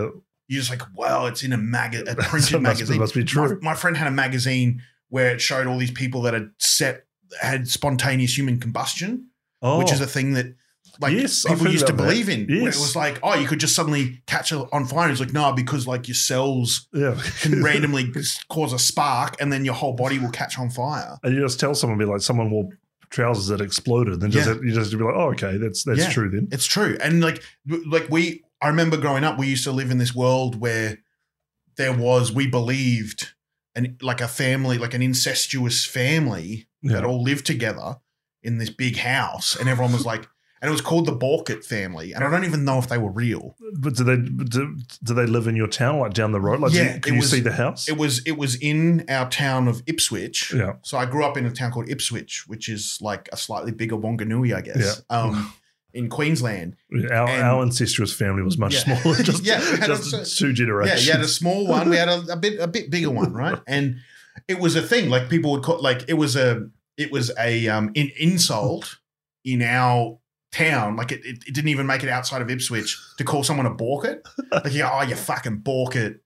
Speaker 2: You're just like, well, it's in a mag, a
Speaker 3: So
Speaker 2: printed
Speaker 3: it must, it
Speaker 2: magazine.
Speaker 3: must be
Speaker 2: My,
Speaker 3: true.
Speaker 2: my friend had a magazine where it showed all these people that had set had spontaneous human combustion,
Speaker 3: Oh,
Speaker 2: which is a thing that like
Speaker 3: Yes, I've
Speaker 2: people
Speaker 3: heard
Speaker 2: used to
Speaker 3: about that.
Speaker 2: believe in. where
Speaker 3: Yes.
Speaker 2: It was like, oh, you could just suddenly catch it on fire. It's like, no, because like your cells
Speaker 3: yeah.
Speaker 2: can randomly cause a spark, and then your whole body will catch on fire.
Speaker 3: and you just tell someone, be like, someone wore trousers that exploded, then just
Speaker 2: Yeah.
Speaker 3: you just be like, oh, okay, that's that's
Speaker 2: Yeah.
Speaker 3: true then.
Speaker 2: It's true. And like like we I remember growing up we used to live in this world where there was we believed and like a family, like an incestuous family
Speaker 3: Yeah,
Speaker 2: that all lived together in this big house and everyone was like and it was called the Borkett family and I don't even know if they were real.
Speaker 3: but do they do, do they live in your town, like down the road? Like, do
Speaker 2: Yeah,
Speaker 3: you,
Speaker 2: it
Speaker 3: can you
Speaker 2: was-
Speaker 3: see the house?
Speaker 2: It was it was in our town of Ipswich.
Speaker 3: yeah,
Speaker 2: So I grew up in a town called Ipswich, which is like a slightly bigger Wanganui, I guess. Um in Queensland.
Speaker 3: our,
Speaker 2: and-
Speaker 3: our incestuous family was much
Speaker 2: Yeah.
Speaker 3: smaller, just,
Speaker 2: Yeah, and
Speaker 3: just
Speaker 2: it's-
Speaker 3: two
Speaker 2: Yeah,
Speaker 3: generations.
Speaker 2: you had a small one. We had a, a bit a bit bigger one, right? And it was a thing. Like people would call like it was a it was a um in, insult in our town. Like it, it, it didn't even make it outside of Ipswich to call someone a borkit. Like yeah, oh you fucking borkit.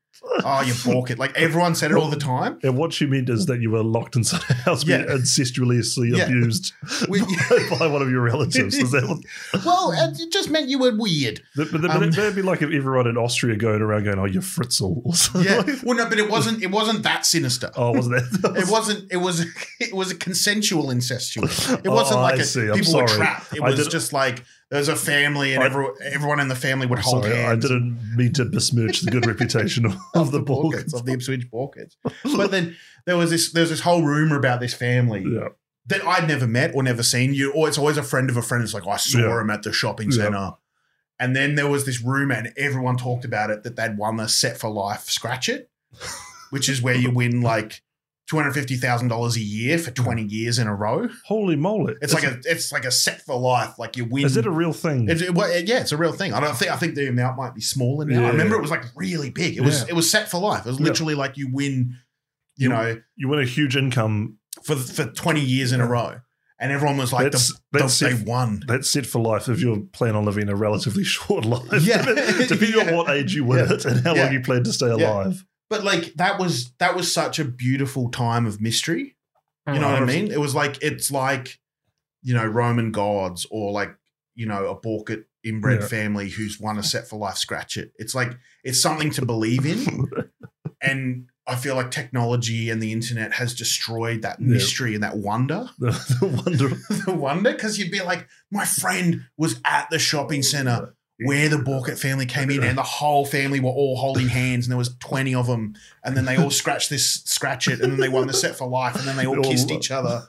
Speaker 2: Oh, you balk it. Like everyone said it all the time.
Speaker 3: And what she meant is that you were locked inside a house being
Speaker 2: Yeah.
Speaker 3: ancestrally
Speaker 2: Yeah.
Speaker 3: abused
Speaker 2: We-
Speaker 3: by, by one of your relatives. Is that what-
Speaker 2: well, it just meant you were weird.
Speaker 3: but but, but
Speaker 2: Um,
Speaker 3: it, would be like if everyone in Austria going around going, "Oh, you're Fritzl," or something.
Speaker 2: Yeah.
Speaker 3: like-
Speaker 2: Well, no, but it wasn't. It wasn't that sinister.
Speaker 3: oh, wasn't that? that
Speaker 2: It wasn't. It was. It was a consensual incestuous. It
Speaker 3: Oh,
Speaker 2: wasn't
Speaker 3: I
Speaker 2: like a,
Speaker 3: see. I'm
Speaker 2: people were
Speaker 3: sorry.
Speaker 2: trapped. It
Speaker 3: I
Speaker 2: was
Speaker 3: didn't-
Speaker 2: just like there was a family, and
Speaker 3: I-
Speaker 2: every, everyone in the family would hold
Speaker 3: Sorry, I
Speaker 2: hands.
Speaker 3: didn't mean to besmirch the good reputation of, of the Balkans.
Speaker 2: Balkans, of the Ipswich Balkans. But then there was this. There was this whole rumor about this family
Speaker 3: Yeah,
Speaker 2: that I'd never met or never seen. You, or it's always a friend of a friend. It's like I saw
Speaker 3: Yeah.
Speaker 2: him at the shopping
Speaker 3: Yeah.
Speaker 2: center. And then there was this rumor, and everyone talked about it that they'd won the set for life scratch it, which is where you win like two hundred fifty thousand dollars a year for twenty years in a row.
Speaker 3: holy moly!
Speaker 2: It's like a it's like a set for life. Like you win.
Speaker 3: Is it a real thing?
Speaker 2: It- it- well, yeah, it's a real thing. I don't think I think the amount might be smaller now.
Speaker 3: Yeah.
Speaker 2: I remember it was like really big. It was
Speaker 3: Yeah.
Speaker 2: it was set for life. It was
Speaker 3: Yeah.
Speaker 2: literally like you win, you
Speaker 3: You-
Speaker 2: know,
Speaker 3: you win a huge income.
Speaker 2: for for twenty years in a row, and everyone was like,
Speaker 3: that's
Speaker 2: the,
Speaker 3: that's
Speaker 2: the,
Speaker 3: it.
Speaker 2: they won.
Speaker 3: That's it for life if you plan on living a relatively short life.
Speaker 2: Yeah.
Speaker 3: Depending
Speaker 2: Yeah.
Speaker 3: on what age you win
Speaker 2: Yeah.
Speaker 3: it and how
Speaker 2: Yeah.
Speaker 3: long you plan to stay
Speaker 2: Yeah.
Speaker 3: alive.
Speaker 2: But like that was that was such a beautiful time of mystery. You know what I mean? It was like it's like, you know, Roman gods or like you know a Borkut inbred
Speaker 3: Yeah.
Speaker 2: family who's won a set for life scratch it. It's like it's something to believe in. and I feel like technology and the internet has destroyed that
Speaker 3: Yeah.
Speaker 2: mystery and that wonder.
Speaker 3: the, the wonder
Speaker 2: the wonder, because you'd be like, my friend was at the shopping center where the Borkett family came in, and the whole family were all holding hands, and there was twenty of them, and then they all scratched this, scratch it, and then they won the set for life, and then they all
Speaker 3: They all-
Speaker 2: kissed each other,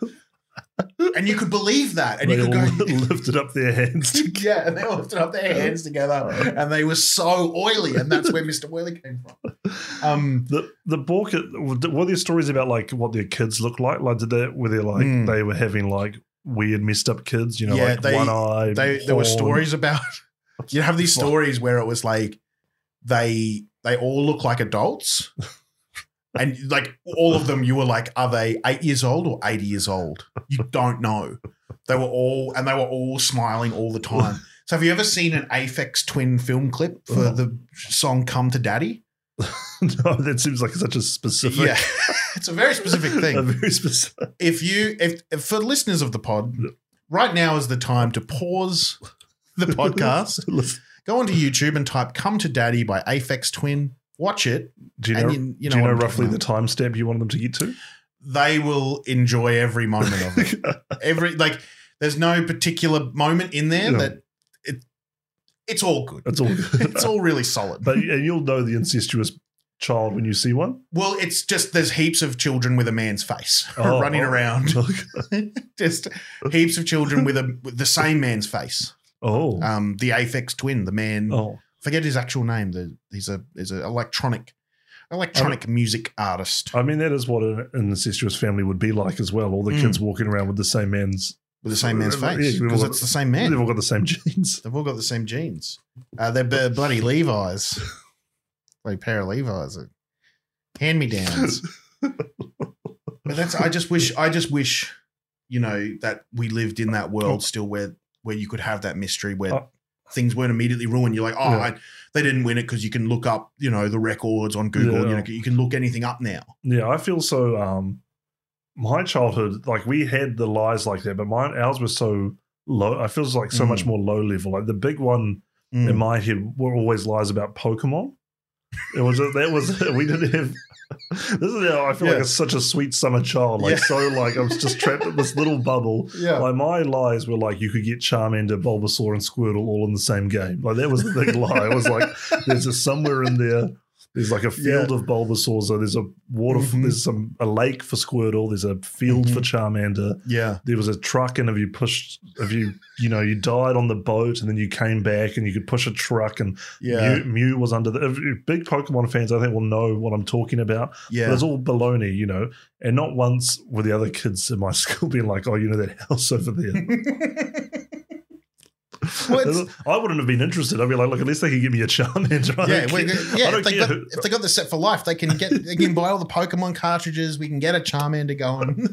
Speaker 2: and you could believe that, and
Speaker 3: they
Speaker 2: you could
Speaker 3: all
Speaker 2: go.
Speaker 3: lifted up their hands. to-
Speaker 2: Yeah, and they all lifted up their hands together, and they were so oily, and that's where Mr. Oily came from. Um,
Speaker 3: The the book were there stories about like what their kids look like? Like did they were they like
Speaker 2: Mm.
Speaker 3: they were having like weird messed up kids, you know,
Speaker 2: Yeah,
Speaker 3: like
Speaker 2: they-
Speaker 3: one eye.
Speaker 2: they there were stories about you have these
Speaker 3: Well-
Speaker 2: stories where it was like they they all look like adults and like all of them you were like are they 8 years old or 80 years old you don't know they were all and they were all smiling all the time so have you ever seen an aphex twin film clip for the song come to daddy
Speaker 3: no, that seems like such a specific
Speaker 2: yeah it's a very specific thing
Speaker 3: A very specific
Speaker 2: if you if, if for listeners of the pod right now is the time to pause the podcast go onto YouTube and type "Come to Daddy" by Aphex Twin. Watch it,
Speaker 3: Do you know,
Speaker 2: and you, you know,
Speaker 3: do you
Speaker 2: what
Speaker 3: know
Speaker 2: I'm
Speaker 3: roughly
Speaker 2: talking
Speaker 3: the timestamp you wanted them to get to?
Speaker 2: about. They will enjoy every moment of it. every like, there's no particular moment in there
Speaker 3: Yeah.
Speaker 2: that it. It's all good.
Speaker 3: That's all.
Speaker 2: It's all really solid.
Speaker 3: but and you'll know the incestuous child when you see one.
Speaker 2: well, it's just there's heaps of children with a man's face
Speaker 3: Oh,
Speaker 2: running
Speaker 3: oh.
Speaker 2: around. just heaps of children with a with the same man's face.
Speaker 3: Oh,
Speaker 2: Um, the Aphex Twin, the man.
Speaker 3: oh,
Speaker 2: Forget his actual name. The, he's a he's an electronic electronic
Speaker 3: Oh.
Speaker 2: music artist.
Speaker 3: I mean that is what an an incestuous family would be like as well. All the
Speaker 2: Mm.
Speaker 3: kids walking around with the same man's.
Speaker 2: with the same man's
Speaker 3: Yeah,
Speaker 2: face
Speaker 3: we've all
Speaker 2: because
Speaker 3: got-
Speaker 2: it's the same
Speaker 3: They've
Speaker 2: man.
Speaker 3: all got the same genes.
Speaker 2: They've all got the same genes. Uh, they're b- bloody Levi's, like a pair of Levi's, hand me downs. but that's I just wish I just wish you know that we lived in that
Speaker 3: Oh.
Speaker 2: world still where where you could have that mystery where.
Speaker 3: Uh,
Speaker 2: Things weren't immediately ruined. You're like, oh,
Speaker 3: Yeah.
Speaker 2: I, they didn't win it because you can look up, you know, the records on Google. You
Speaker 3: Yeah.
Speaker 2: know, you can look anything up now.
Speaker 3: Yeah, I feel so. Um, my childhood, like we had the lies like that, but mine ours were so low. I feel like so
Speaker 2: Mm.
Speaker 3: much more low level. Like the big one
Speaker 2: Mm.
Speaker 3: in my head were always lies about Pokemon. It was that was we didn't have. This is how I feel
Speaker 2: Yeah.
Speaker 3: like it's such a sweet summer child. Like
Speaker 2: Yeah.
Speaker 3: so, like I was just trapped in this little bubble.
Speaker 2: yeah,
Speaker 3: Like my lies were like you could get Charmander, Bulbasaur, and Squirtle all in the same game. Like that was the big lie. It was like there's a somewhere in there. There's like a field of Bulbasaur. So there's a water.
Speaker 2: Mhm.
Speaker 3: There's some a lake for Squirtle. There's a field for
Speaker 2: Mm-hmm.
Speaker 3: Charmander.
Speaker 2: yeah,
Speaker 3: There was a truck, and if you pushed, if you you know you died on the boat, and then you came back, and you could push a truck, and
Speaker 2: yeah,
Speaker 3: Mew, Mew was under the. If, if big Pokemon fans, I think, will know what I'm talking about. But
Speaker 2: yeah.
Speaker 3: It's all baloney, you know. And not once were the other kids in my school being like, oh, you know, that house over there.
Speaker 2: What?
Speaker 3: I wouldn't have been interested. I'd be like, look, at least they can give me a Charmander. I
Speaker 2: Yeah,
Speaker 3: don't
Speaker 2: we,
Speaker 3: care.
Speaker 2: yeah.
Speaker 3: I don't
Speaker 2: If they,
Speaker 3: care
Speaker 2: got,
Speaker 3: who-
Speaker 2: if they got the set for life, they can get they can buy all the Pokemon cartridges. We can get a Charmander going.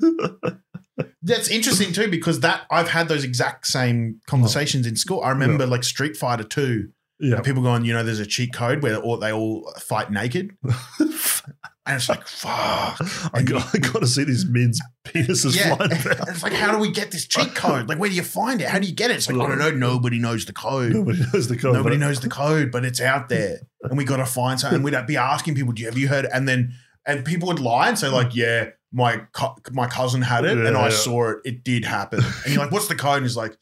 Speaker 2: That's interesting too because that I've had those exact same conversations in school. I remember like Street Fighter Two
Speaker 3: Yeah.
Speaker 2: And people going, you know, there's a cheat code where all, they all fight naked. and it's like, fuck.
Speaker 3: I got, I got to see these men's penises
Speaker 2: Yeah.
Speaker 3: flying about.
Speaker 2: It's like, how do we get this cheat code? Like, where do you find it? How do you get it? It's like, I don't know. Nobody knows the code.
Speaker 3: Nobody knows the code.
Speaker 2: Nobody
Speaker 3: but-
Speaker 2: knows the code, but it's out there. And we got to find something. We'd be asking people, do you, have you heard? And then, and people would lie and say, like, yeah, my co- my cousin had it and I
Speaker 3: Yeah.
Speaker 2: saw it. It did happen. And you're like, what's the code? And he's like,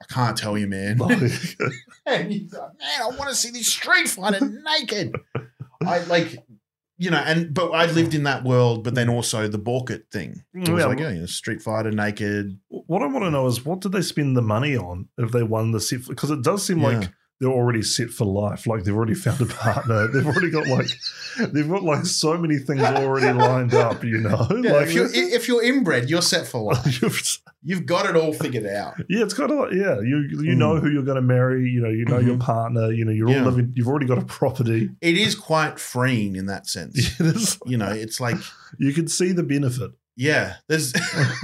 Speaker 2: I can't tell you, man.
Speaker 3: Like,
Speaker 2: And he's like, man, I want to see these street fighter naked. I like, you know, and but I lived in that world, but then also the Borkit thing. It was
Speaker 3: Yeah.
Speaker 2: like, yeah, you know, Street Fighter naked.
Speaker 3: what I want to know is what did they spend the money on if they won the set? Because it does seem
Speaker 2: Yeah.
Speaker 3: like they're already set for life. Like they've already found a partner. they've already got like they've got like so many things already lined up. You know,
Speaker 2: Yeah,
Speaker 3: like
Speaker 2: if you're if you're inbred, you're set for life.
Speaker 3: You've-
Speaker 2: You've got it all figured out.
Speaker 3: yeah, it's kind of like yeah, you you know who you're going to marry. You know, you know your partner. You know, you're
Speaker 2: Hmm. Mm-hmm. Yeah.
Speaker 3: all living. You've already got a property.
Speaker 2: It is quite freeing in that sense.
Speaker 3: It is-
Speaker 2: You know, it's like,
Speaker 3: you can see the benefit.
Speaker 2: yeah, there's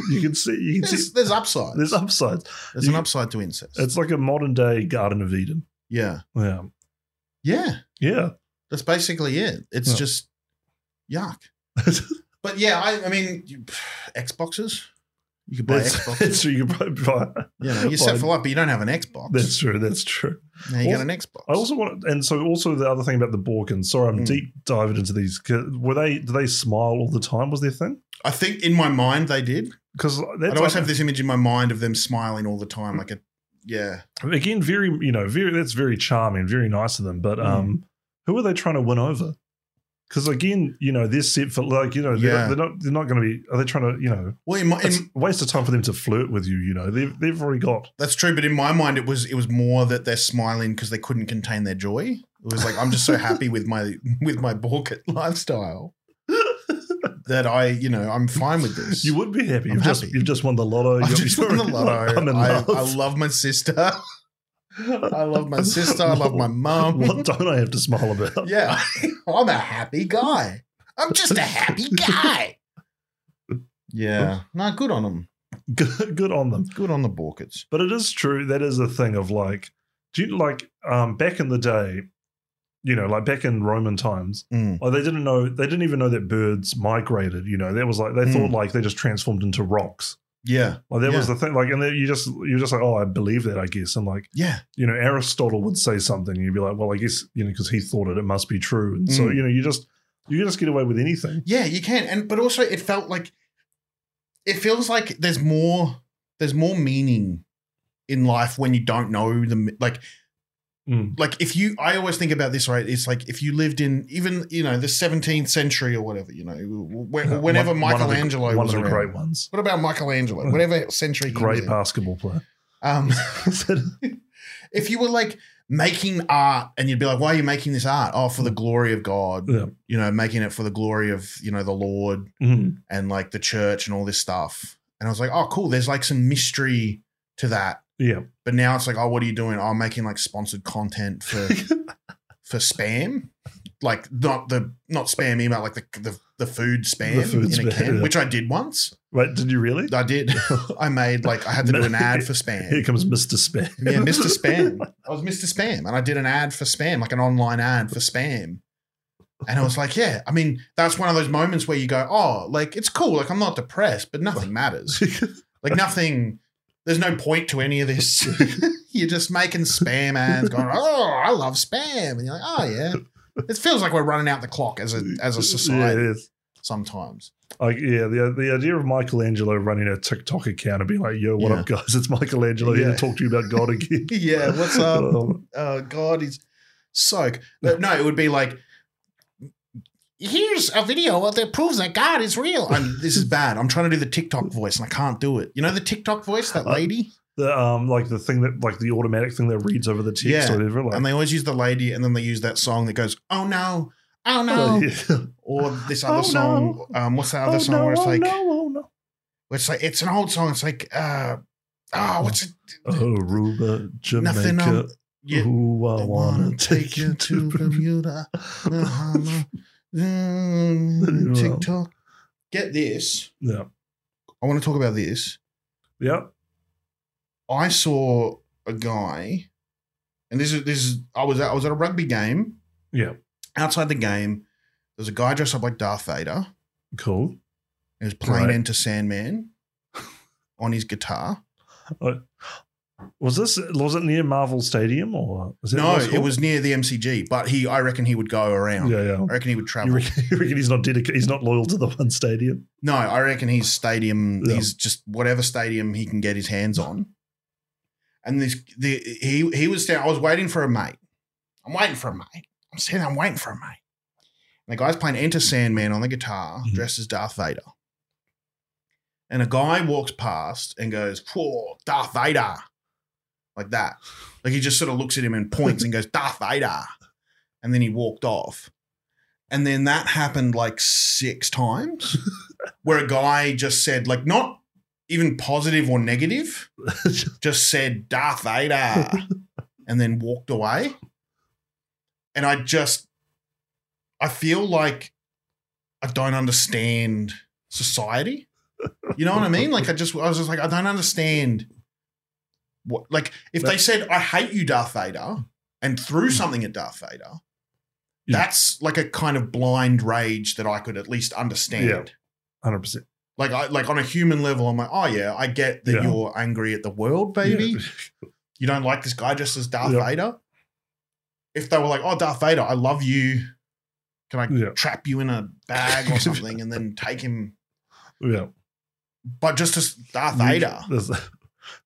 Speaker 3: You can see. You can
Speaker 2: there's,
Speaker 3: see.
Speaker 2: there's upside.
Speaker 3: There's upsides.
Speaker 2: There's an upside to incest.
Speaker 3: It's like a modern day Garden of Eden.
Speaker 2: Yeah,
Speaker 3: Yeah,
Speaker 2: yeah,
Speaker 3: yeah.
Speaker 2: that's basically it. It's
Speaker 3: Yeah.
Speaker 2: just yuck. But yeah, I, I mean, you, Xboxes. You could buy
Speaker 3: That's,
Speaker 2: Xboxes.
Speaker 3: that's true. You can probably buy.
Speaker 2: You know, you're set
Speaker 3: Well,
Speaker 2: for life, but you don't have an Xbox.
Speaker 3: That's true. That's true.
Speaker 2: now you got
Speaker 3: also-
Speaker 2: an Xbox.
Speaker 3: I also want, and so also the other thing about the Borkins. Sorry, I'm
Speaker 2: Mm.
Speaker 3: deep diving into these. 'cause Were they? Do they smile all the time? Was their thing?
Speaker 2: I think in my mind they did.
Speaker 3: Because
Speaker 2: I'd
Speaker 3: that's Mm.
Speaker 2: always have this image in my mind of them smiling all the time, like a yeah.
Speaker 3: again very you know very that's very charming, very nice of them. But
Speaker 2: Mm.
Speaker 3: um, who are they trying to win over? Because again, you know, they're set for like you know they're,
Speaker 2: Yeah.
Speaker 3: they're not they're not going to be. Are they trying to you know?
Speaker 2: Well, in my,
Speaker 3: It's
Speaker 2: in,
Speaker 3: a waste of time for them to flirt with you. You know, they've they've already got.
Speaker 2: that's true. But in my mind, it was it was more that they're smiling because they couldn't contain their joy. It was like I'm just so happy with my with my Borkit lifestyle that I you know I'm fine with this.
Speaker 3: You would be happy.
Speaker 2: I'm
Speaker 3: You've just
Speaker 2: happy.
Speaker 3: you've just won the lotto.
Speaker 2: I
Speaker 3: You're-
Speaker 2: just won the
Speaker 3: you're-
Speaker 2: lotto.
Speaker 3: I'm in
Speaker 2: I,
Speaker 3: love.
Speaker 2: I love my sister. I love my sister. I love my mum.
Speaker 3: What don't I have to smile about?
Speaker 2: Yeah, I'm a happy guy. I'm just a happy guy. Yeah, no, good on them.
Speaker 3: Good, good on them.
Speaker 2: Good on the Borkets.
Speaker 3: But it is true. That is a thing of like, do you like um back in the day, you know, like back in Roman times,
Speaker 2: Mm.
Speaker 3: like they didn't know they didn't even know that birds migrated. You know, that was like they thought like they just transformed into rocks.
Speaker 2: Yeah,
Speaker 3: Like that was
Speaker 2: Mm. Yeah.
Speaker 3: the thing. Like, and then you just you're just like, oh, I believe that. I guess. And like,
Speaker 2: yeah,
Speaker 3: you know, Aristotle would say something, and you'd be like, well, I guess you know, because he thought it, it must be true. And so
Speaker 2: Mm.
Speaker 3: you know, you just you can just get away with anything.
Speaker 2: yeah. You can, and but also it felt like it feels like there's more. There's more meaning in life when you don't know the like.
Speaker 3: Mm.
Speaker 2: Like if you, I always think about this. Right, it's like if you lived in even you know the 17th century or whatever. You know, wh- whenever
Speaker 3: Uh, one- one of the-
Speaker 2: Michelangelo
Speaker 3: one of the,
Speaker 2: was around.
Speaker 3: great ones,
Speaker 2: What about Michelangelo?
Speaker 3: Mm.
Speaker 2: Whatever century he was
Speaker 3: great
Speaker 2: in.
Speaker 3: basketball player.
Speaker 2: Um, if you were like making art and you'd be like, why are you making this art? Oh, for the glory of God.
Speaker 3: Mm. Yeah.
Speaker 2: You know, making it for the glory of, you know, the Lord
Speaker 3: Mhm.
Speaker 2: and like the church and all this stuff. And I was like, oh, cool. There's like some mystery to that.
Speaker 3: Yeah.
Speaker 2: But now it's like, oh, what are you doing? Oh, I'm making like sponsored content for for spam. Like not the not spam email, like the the, the food spam
Speaker 3: food
Speaker 2: in a
Speaker 3: spam,
Speaker 2: can,
Speaker 3: yeah.
Speaker 2: which I did once.
Speaker 3: Wait, did you really?
Speaker 2: I did. I made like I had to do an ad for spam.
Speaker 3: Here comes Mr. Spam.
Speaker 2: Yeah, Mr. Spam. I was Mr. Spam, and I did an ad for Spam, like an online ad for Spam. And I was like, yeah, I mean, that's one of those moments where you go, oh, like it's cool, like I'm not depressed, but nothing matters. Like nothing, there's no point to any of this. you're just making spam ads, going, oh, I love spam, and you're like, oh yeah. It feels like we're running out the clock as a as a society
Speaker 3: Yeah, it is.
Speaker 2: sometimes.
Speaker 3: Like, yeah, the, the idea of Michelangelo running a TikTok account and being like, yo, what
Speaker 2: Yeah.
Speaker 3: up, guys? It's Michelangelo here
Speaker 2: Yeah.
Speaker 3: to talk to you about God again.
Speaker 2: Yeah, what's up?
Speaker 3: Um,
Speaker 2: oh god he's soak no, no, it would be like here's a video that proves that god is real I'm, this is bad i'm trying to do the tiktok voice and i can't do it you know the tiktok voice
Speaker 3: Uh,
Speaker 2: that lady
Speaker 3: the, um, like the thing that, like the automatic thing that reads over the text
Speaker 2: Yeah.
Speaker 3: or whatever. Like,
Speaker 2: and they always use the lady and then they use that song that goes oh no oh no
Speaker 3: yeah.
Speaker 2: or this other
Speaker 3: Oh,
Speaker 2: song um what's that other
Speaker 3: Oh,
Speaker 2: song
Speaker 3: no,
Speaker 2: where it's
Speaker 3: oh,
Speaker 2: like
Speaker 3: no, oh, no.
Speaker 2: where it's like it's an old song it's like uh oh what's it
Speaker 3: Aruba, Jamaica.
Speaker 2: Nothing on- yeah
Speaker 3: Ooh, I,
Speaker 2: I
Speaker 3: wanna take you to Bermuda.
Speaker 2: Bermuda. Bahama. Uh-huh. Mm, TikTok. Get this.
Speaker 3: yeah,
Speaker 2: I want to talk about this.
Speaker 3: yeah.
Speaker 2: I saw a guy, And this is this is I was at, I was at a rugby game.
Speaker 3: Yeah.
Speaker 2: Outside the game, there's a guy dressed up like Darth Vader.
Speaker 3: Cool.
Speaker 2: He was playing
Speaker 3: Right.
Speaker 2: Enter Sandman on his guitar.
Speaker 3: Was this was it near Marvel Stadium or is that
Speaker 2: No,
Speaker 3: what it's
Speaker 2: it
Speaker 3: called?
Speaker 2: was near the MCG, but he I reckon he would go around.
Speaker 3: Yeah, yeah.
Speaker 2: I reckon he would travel.
Speaker 3: You reckon, you reckon he's not dedicated? He's not loyal to the one stadium.
Speaker 2: No, I reckon he's stadium.
Speaker 3: Yeah.
Speaker 2: He's just whatever stadium he can get his hands on. And this, the he he was standing. I was waiting for a mate. I'm waiting for a mate. I'm sitting. there, I'm waiting for a mate. And the guy's playing Enter Sandman on the guitar,
Speaker 3: Mhm.
Speaker 2: dressed as Darth Vader. And a guy walks past and goes, "Whoa, Darth Vader!" Like that. Like he just sort of looks at him and points and goes, "Darth Vader," and then he walked off. And then that happened like six times where a guy just said, like, not even positive or negative, just said Darth Vader and then walked away. And I just, I feel like I don't understand society. You know what I mean? Like, I just, I was just like, I don't understand what, like, if they said, I hate you, Darth Vader, and threw something at Darth Vader,
Speaker 3: Mm. Yeah.
Speaker 2: that's like a kind of blind rage that I could at least understand.
Speaker 3: Yeah. Hundred percent.
Speaker 2: Like I like on a human level, I'm like, oh yeah, I get that
Speaker 3: Yeah.
Speaker 2: you're angry at the world, baby. You don't like this guy just as Darth
Speaker 3: Yeah.
Speaker 2: Vader. If they were like, oh Darth Vader, I love you. Can I
Speaker 3: Yeah.
Speaker 2: trap you in a bag or something and then take him?
Speaker 3: Yeah.
Speaker 2: But just as Darth
Speaker 3: You-
Speaker 2: Vader.
Speaker 3: There's,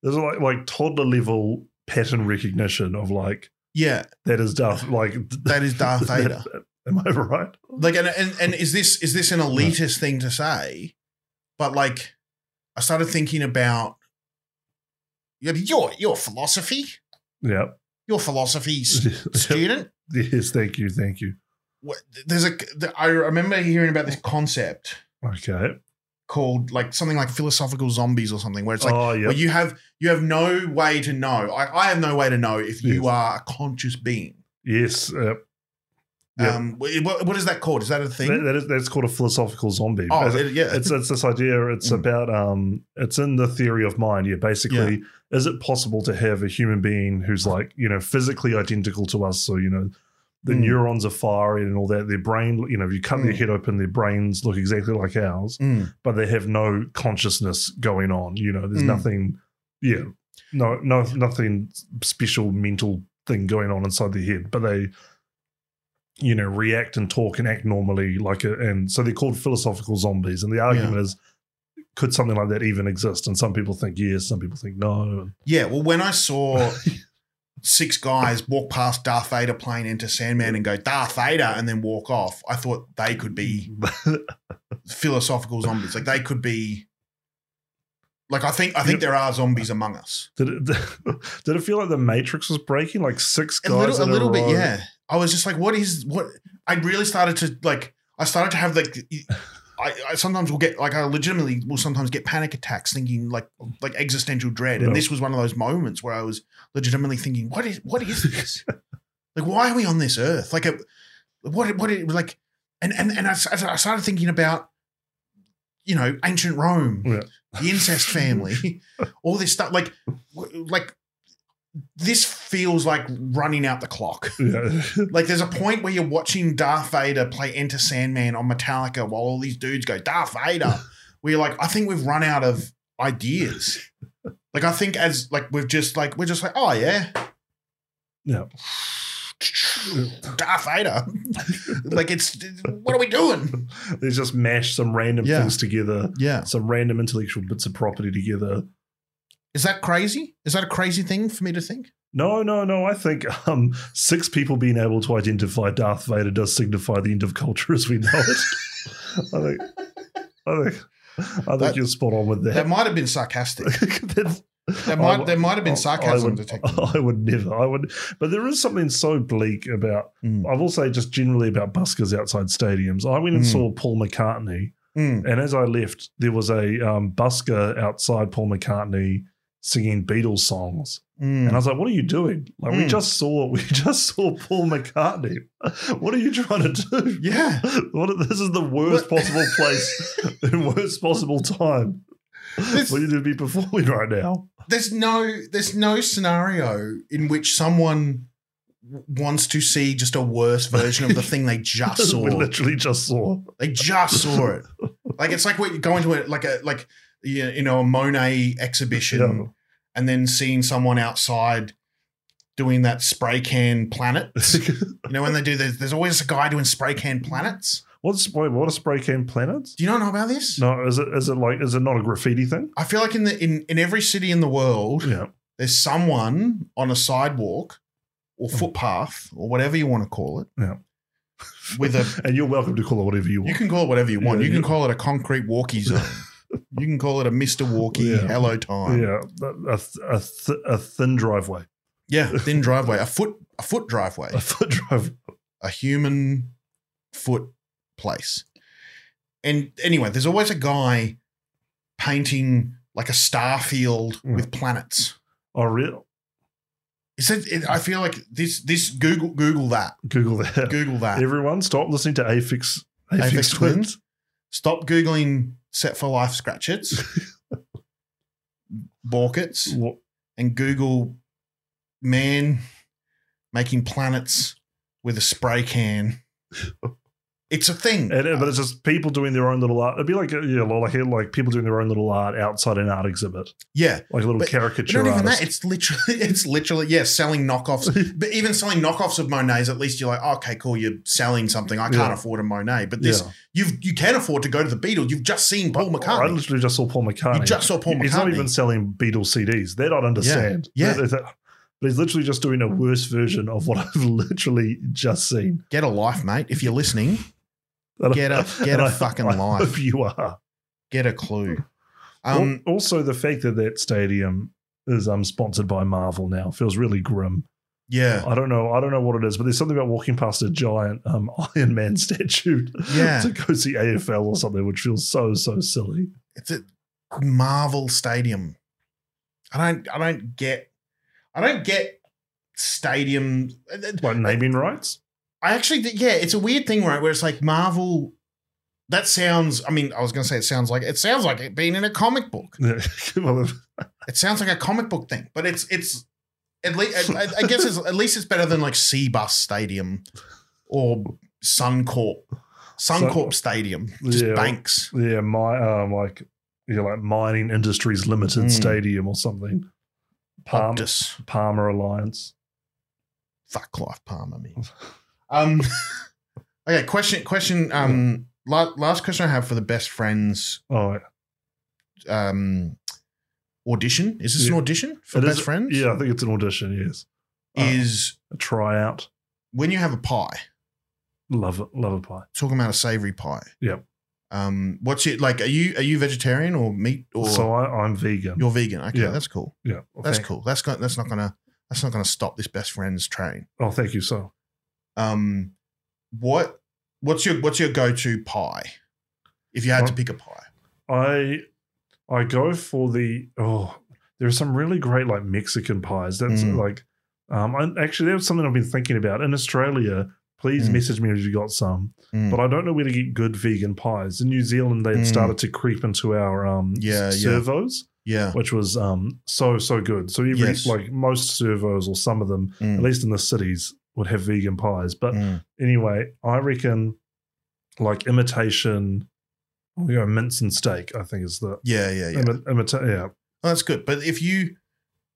Speaker 3: there's like like toddler level pattern recognition of like
Speaker 2: Yeah,
Speaker 3: that is Darth like
Speaker 2: that is Darth Vader.
Speaker 3: Am I right?
Speaker 2: like and, and and is this is this an elitist thing to say but like i started thinking about yeah, but your your philosophy
Speaker 3: Yeah.
Speaker 2: your philosophy s- student
Speaker 3: yes. Thank you. Thank you.
Speaker 2: What- there's a the- i remember hearing about this concept
Speaker 3: Okay.
Speaker 2: called like something like philosophical zombies or something where it's like
Speaker 3: oh yeah.
Speaker 2: where you have you have no way to know i, I have no way to know if you
Speaker 3: Yes.
Speaker 2: are a conscious being
Speaker 3: yes. Yep. Yeah.
Speaker 2: um wh- what, what is that called is that a thing
Speaker 3: That- that is that's called a philosophical zombie.
Speaker 2: oh
Speaker 3: That's-
Speaker 2: it- yeah
Speaker 3: it's it's this idea. It's
Speaker 2: Mm.
Speaker 3: about um, it's in the theory of mind. Yeah, basically, is it possible to have a human being who's like you know physically identical to us? So you know, the
Speaker 2: Mm.
Speaker 3: neurons are firing and all that. Their brain, you know, if you cut their
Speaker 2: Mm.
Speaker 3: head open, their brains look exactly like ours,
Speaker 2: Mm.
Speaker 3: but they have no consciousness going on. You know, there's
Speaker 2: Mm.
Speaker 3: nothing. Yeah, no, no, nothing special mental thing going on inside their head, but they. You know, react and talk and act normally, like, a, and so they're called philosophical zombies. And the argument is, could something like that even exist? And some people think yes, some people think no.
Speaker 2: Yeah, well, when I saw six guys walk past Darth Vader playing into Sandman and go Darth Vader and then walk off, I thought they could be philosophical zombies. Like they could be. Like I think I think there are zombies among us.
Speaker 3: did, it, did it feel like the Matrix was breaking? Like six
Speaker 2: A
Speaker 3: guys,
Speaker 2: little, a
Speaker 3: in
Speaker 2: little bit,
Speaker 3: row?
Speaker 2: yeah. I was just like, what is what? I really started to like. I started to have like. I, I sometimes will get like I legitimately will sometimes get panic attacks thinking like like existential dread, and
Speaker 3: Yeah.
Speaker 2: this was one of those moments where I was legitimately thinking, what is what is this? like, why are we on this earth? Like, it, what what it like? And and and I, s- I started thinking about you know ancient Rome,
Speaker 3: Yeah.
Speaker 2: the incest family, all this stuff. Like w- like this feels like running out the clock.
Speaker 3: yeah.
Speaker 2: Like there's a point where you're watching Darth Vader play Enter Sandman on Metallica while all these dudes go Darth Vader. where you're like, I think we've run out of ideas. like I think as like we've just like we're just like, oh yeah.
Speaker 3: Yeah.
Speaker 2: Darth Vader. like it's what are we doing?
Speaker 3: They just mash some random
Speaker 2: Yeah.
Speaker 3: things together,
Speaker 2: Yeah.
Speaker 3: some random intellectual bits of property together.
Speaker 2: Is that crazy? Is that a crazy thing for me to think?
Speaker 3: No, no, no. I think um, six people being able to identify Darth Vader does signify the end of culture as we know it. I think, I think, I think
Speaker 2: That-
Speaker 3: you're spot on with
Speaker 2: That
Speaker 3: that.
Speaker 2: might have been sarcastic.
Speaker 3: That's-
Speaker 2: There might
Speaker 3: I-
Speaker 2: there might have been
Speaker 3: I
Speaker 2: sarcasm
Speaker 3: would,
Speaker 2: detected.
Speaker 3: I would never. I would, but there is something so bleak about.
Speaker 2: Mm.
Speaker 3: I will say just generally about buskers outside stadiums. I went and
Speaker 2: Mm.
Speaker 3: saw Paul McCartney,
Speaker 2: Mm.
Speaker 3: and as I left, there was a um, busker outside Paul McCartney singing Beatles songs, and I
Speaker 2: Mm.
Speaker 3: was like, "What are you doing? Like, we
Speaker 2: Mm.
Speaker 3: just saw, we just saw Paul McCartney. What are you trying to do?
Speaker 2: Yeah.
Speaker 3: What, this is the worst
Speaker 2: What-
Speaker 3: possible place, the worst possible time.
Speaker 2: This-
Speaker 3: what are you going to be performing right now?
Speaker 2: there's no there's no scenario in which someone wants to see just a worse version of the thing they just saw.
Speaker 3: we literally just saw.
Speaker 2: They just saw it. Like it's like we're going to a, like a like you you know a Monet exhibition
Speaker 3: Yeah.
Speaker 2: and then seeing someone outside doing that spray can planet. You know when they do there's, there's always a guy doing spray can planets.
Speaker 3: What's wait, what a spray can planet?
Speaker 2: Do you not know about this?
Speaker 3: No, is it is it like is it not a graffiti thing?
Speaker 2: I feel like in the in, in every city in the world
Speaker 3: Yeah.
Speaker 2: there's someone on a sidewalk or footpath or whatever you want to call it.
Speaker 3: Oh. Yeah.
Speaker 2: With a
Speaker 3: And you're welcome to call it whatever you
Speaker 2: you
Speaker 3: want.
Speaker 2: can call it whatever you want.
Speaker 3: Yeah,
Speaker 2: you can
Speaker 3: you-
Speaker 2: call it a concrete walkie zone. you can call it a Mr. Walkie
Speaker 3: Yeah.
Speaker 2: hello time.
Speaker 3: yeah, a, a, th- a, th- a thin driveway,
Speaker 2: Yeah, thin driveway, a foot a foot driveway,
Speaker 3: a foot drive.
Speaker 2: a human foot place. And anyway, there's always a guy painting like a star field
Speaker 3: Yeah.
Speaker 2: with planets.
Speaker 3: Oh, real?
Speaker 2: Is it, it- I feel like this this Google Google that.
Speaker 3: Google that.
Speaker 2: Google that.
Speaker 3: Everyone, stop listening to Aphex Aphex,
Speaker 2: Aphex
Speaker 3: Twin.
Speaker 2: Twin. Stop Googling set for life scratchets, borkets,
Speaker 3: What?
Speaker 2: and Google man making planets with a spray can. It's a thing.
Speaker 3: And, but it's just people doing their own little art. It'd be like uh, yeah, like like people doing their own little art outside an art exhibit,
Speaker 2: yeah.
Speaker 3: like a little
Speaker 2: But But
Speaker 3: caricature
Speaker 2: not even
Speaker 3: artist.
Speaker 2: that. It's literally, it's literally, yeah, selling knockoffs. But even selling knockoffs of Monets, at least you're like, "Oh, okay, cool, you're selling something. I can't
Speaker 3: Yeah.
Speaker 2: afford a Monet. But this,
Speaker 3: yeah.
Speaker 2: you've you can afford to go to the Beatles. You've just seen Paul
Speaker 3: I
Speaker 2: McCartney.
Speaker 3: literally just saw Paul McCartney.
Speaker 2: you just saw Paul McCartney.
Speaker 3: He's not even selling Beatles CDs. That I'd understand.
Speaker 2: Yeah, yeah.
Speaker 3: That- that- but he's literally just doing a worse version of what I've literally just seen.
Speaker 2: get a life, mate. If you're listening,
Speaker 3: And I-
Speaker 2: Get a- get
Speaker 3: and
Speaker 2: a
Speaker 3: I-
Speaker 2: fucking
Speaker 3: I
Speaker 2: life.
Speaker 3: hope you are.
Speaker 2: get a clue.
Speaker 3: Al-
Speaker 2: Um,
Speaker 3: also, the fact that that stadium is um, sponsored by Marvel now feels really grim.
Speaker 2: yeah,
Speaker 3: I don't know. I don't know what it is, but there's something about walking past a giant um, Iron Man statue
Speaker 2: Yeah.
Speaker 3: to go see AFL or something, which feels so so silly.
Speaker 2: it's a Marvel Stadium. I don't, I don't get, I don't get stadium.
Speaker 3: Like naming rights.
Speaker 2: I actually, did- yeah, it's a weird thing, right? Where it's like Marvel. That sounds. I mean, I was gonna say it sounds like it sounds like it being in a comic book.
Speaker 3: Well,
Speaker 2: It sounds like a comic book thing, but it's it's at least I, I guess it's at least it's better than like Seabus Stadium or Suncorp. Suncorp Stadium, just
Speaker 3: Yeah.
Speaker 2: banks.
Speaker 3: yeah, my um, like you know, like mining industries limited
Speaker 2: Mm.
Speaker 3: stadium or something. Palm,
Speaker 2: Optus.
Speaker 3: Palmer Alliance.
Speaker 2: fuck Clive Palmer, man. Um, okay, question, question. Um, la- last question I have for the best friends
Speaker 3: Oh, it
Speaker 2: um audition. Is this
Speaker 3: Yeah.
Speaker 2: an audition for
Speaker 3: is-
Speaker 2: best friends?
Speaker 3: Yeah, I think it's an audition. Yes, Uh,
Speaker 2: Is
Speaker 3: a tryout.
Speaker 2: when you have a pie.
Speaker 3: Love it. Love a pie.
Speaker 2: Talking about a savory pie.
Speaker 3: Yep.
Speaker 2: Um, what's it like? Are you are you vegetarian or meat or
Speaker 3: so I, I'm vegan.
Speaker 2: you're vegan? Okay,
Speaker 3: Yeah.
Speaker 2: that's cool.
Speaker 3: Yeah, well,
Speaker 2: That's
Speaker 3: thank,
Speaker 2: cool. That's go- that's not gonna that's not gonna stop this best friends train.
Speaker 3: Oh, thank you. So
Speaker 2: Um, what what's your what's your go to pie? If you had to
Speaker 3: Well-
Speaker 2: pick a pie.
Speaker 3: I I go for the oh, there are some really great like Mexican pies. That's
Speaker 2: Mm.
Speaker 3: like um, I, actually that was something I've been thinking about in Australia. Please
Speaker 2: Mm.
Speaker 3: message me if you got some,
Speaker 2: Mm.
Speaker 3: but I don't know where to get good vegan pies. In New Zealand, they had
Speaker 2: Mm.
Speaker 3: started to creep into our um,
Speaker 2: Yeah, yeah.
Speaker 3: servos,
Speaker 2: Yeah.
Speaker 3: which was um, so so good. So every
Speaker 2: Yes.
Speaker 3: like most servos or some of them, at
Speaker 2: Mm.
Speaker 3: least in the cities, would have vegan pies. But
Speaker 2: Mm.
Speaker 3: anyway, I reckon like imitation, you know, mince and steak, I think is the
Speaker 2: Yeah, yeah, yeah.
Speaker 3: yeah. imita- yeah.
Speaker 2: Well, that's good. But if you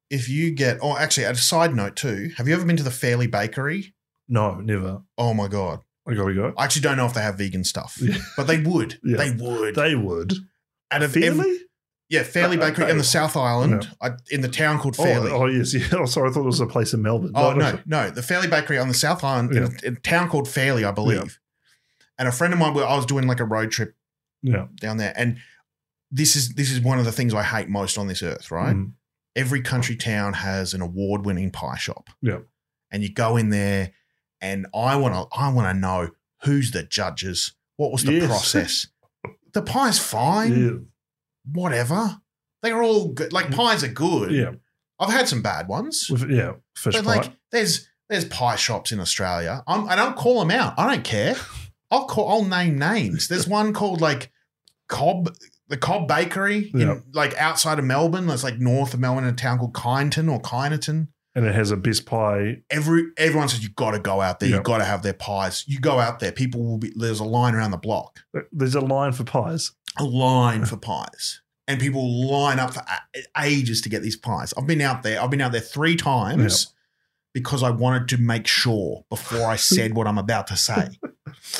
Speaker 2: if you get oh actually a side note too, have you ever been to the Fairley Bakery?
Speaker 3: No, never.
Speaker 2: Oh my god.
Speaker 3: I gotta go.
Speaker 2: I actually don't know if they have vegan stuff.
Speaker 3: Yeah.
Speaker 2: But they would.
Speaker 3: Yeah.
Speaker 2: They would.
Speaker 3: They would.
Speaker 2: Out of
Speaker 3: Fairly?
Speaker 2: every- yeah, Fairley
Speaker 3: Uh,
Speaker 2: Bakery
Speaker 3: okay.
Speaker 2: in the South Island, I, in the town called Fairley.
Speaker 3: Oh, oh, yes, yeah. Oh, sorry, I thought it was a place in Melbourne.
Speaker 2: Oh no, no, the Fairley Bakery on the South Island in,
Speaker 3: Yeah.
Speaker 2: a, in a town called Fairley, I believe. And a friend of mine, well, I was doing like a road trip
Speaker 3: Yeah.
Speaker 2: down there, and this is this is one of the things I hate most on this earth, right?
Speaker 3: Mm.
Speaker 2: Every country town has an award-winning pie shop.
Speaker 3: Yeah.
Speaker 2: and you go in there, and I want to I want to know who's the judges, what was the
Speaker 3: Yes.
Speaker 2: process. The pie's fine, whatever. They're all good. Like pies are
Speaker 3: Yeah.
Speaker 2: good.
Speaker 3: Yeah.
Speaker 2: I've had some bad ones.
Speaker 3: With- yeah. Fish
Speaker 2: But
Speaker 3: pie.
Speaker 2: like, there's there's pie shops in Australia. I'm, I don't call them out. I don't care. I'll call. I'll name names. There's one called like Cobb, the Cobb Bakery,
Speaker 3: Yeah.
Speaker 2: in, like outside of Melbourne. That's like north of Melbourne, in a town called Kyneton or Kyneton.
Speaker 3: and it has a best pie.
Speaker 2: Every everyone says you've got to go out there.
Speaker 3: Yeah.
Speaker 2: You've got to have their pies. You go out there, people will be. There's a line around the block,
Speaker 3: There's a line for pies.
Speaker 2: a line for pies, and people line up for a- ages to get these pies. I've been out there. I've been out there three times because I wanted to make sure before I said what I'm about to say.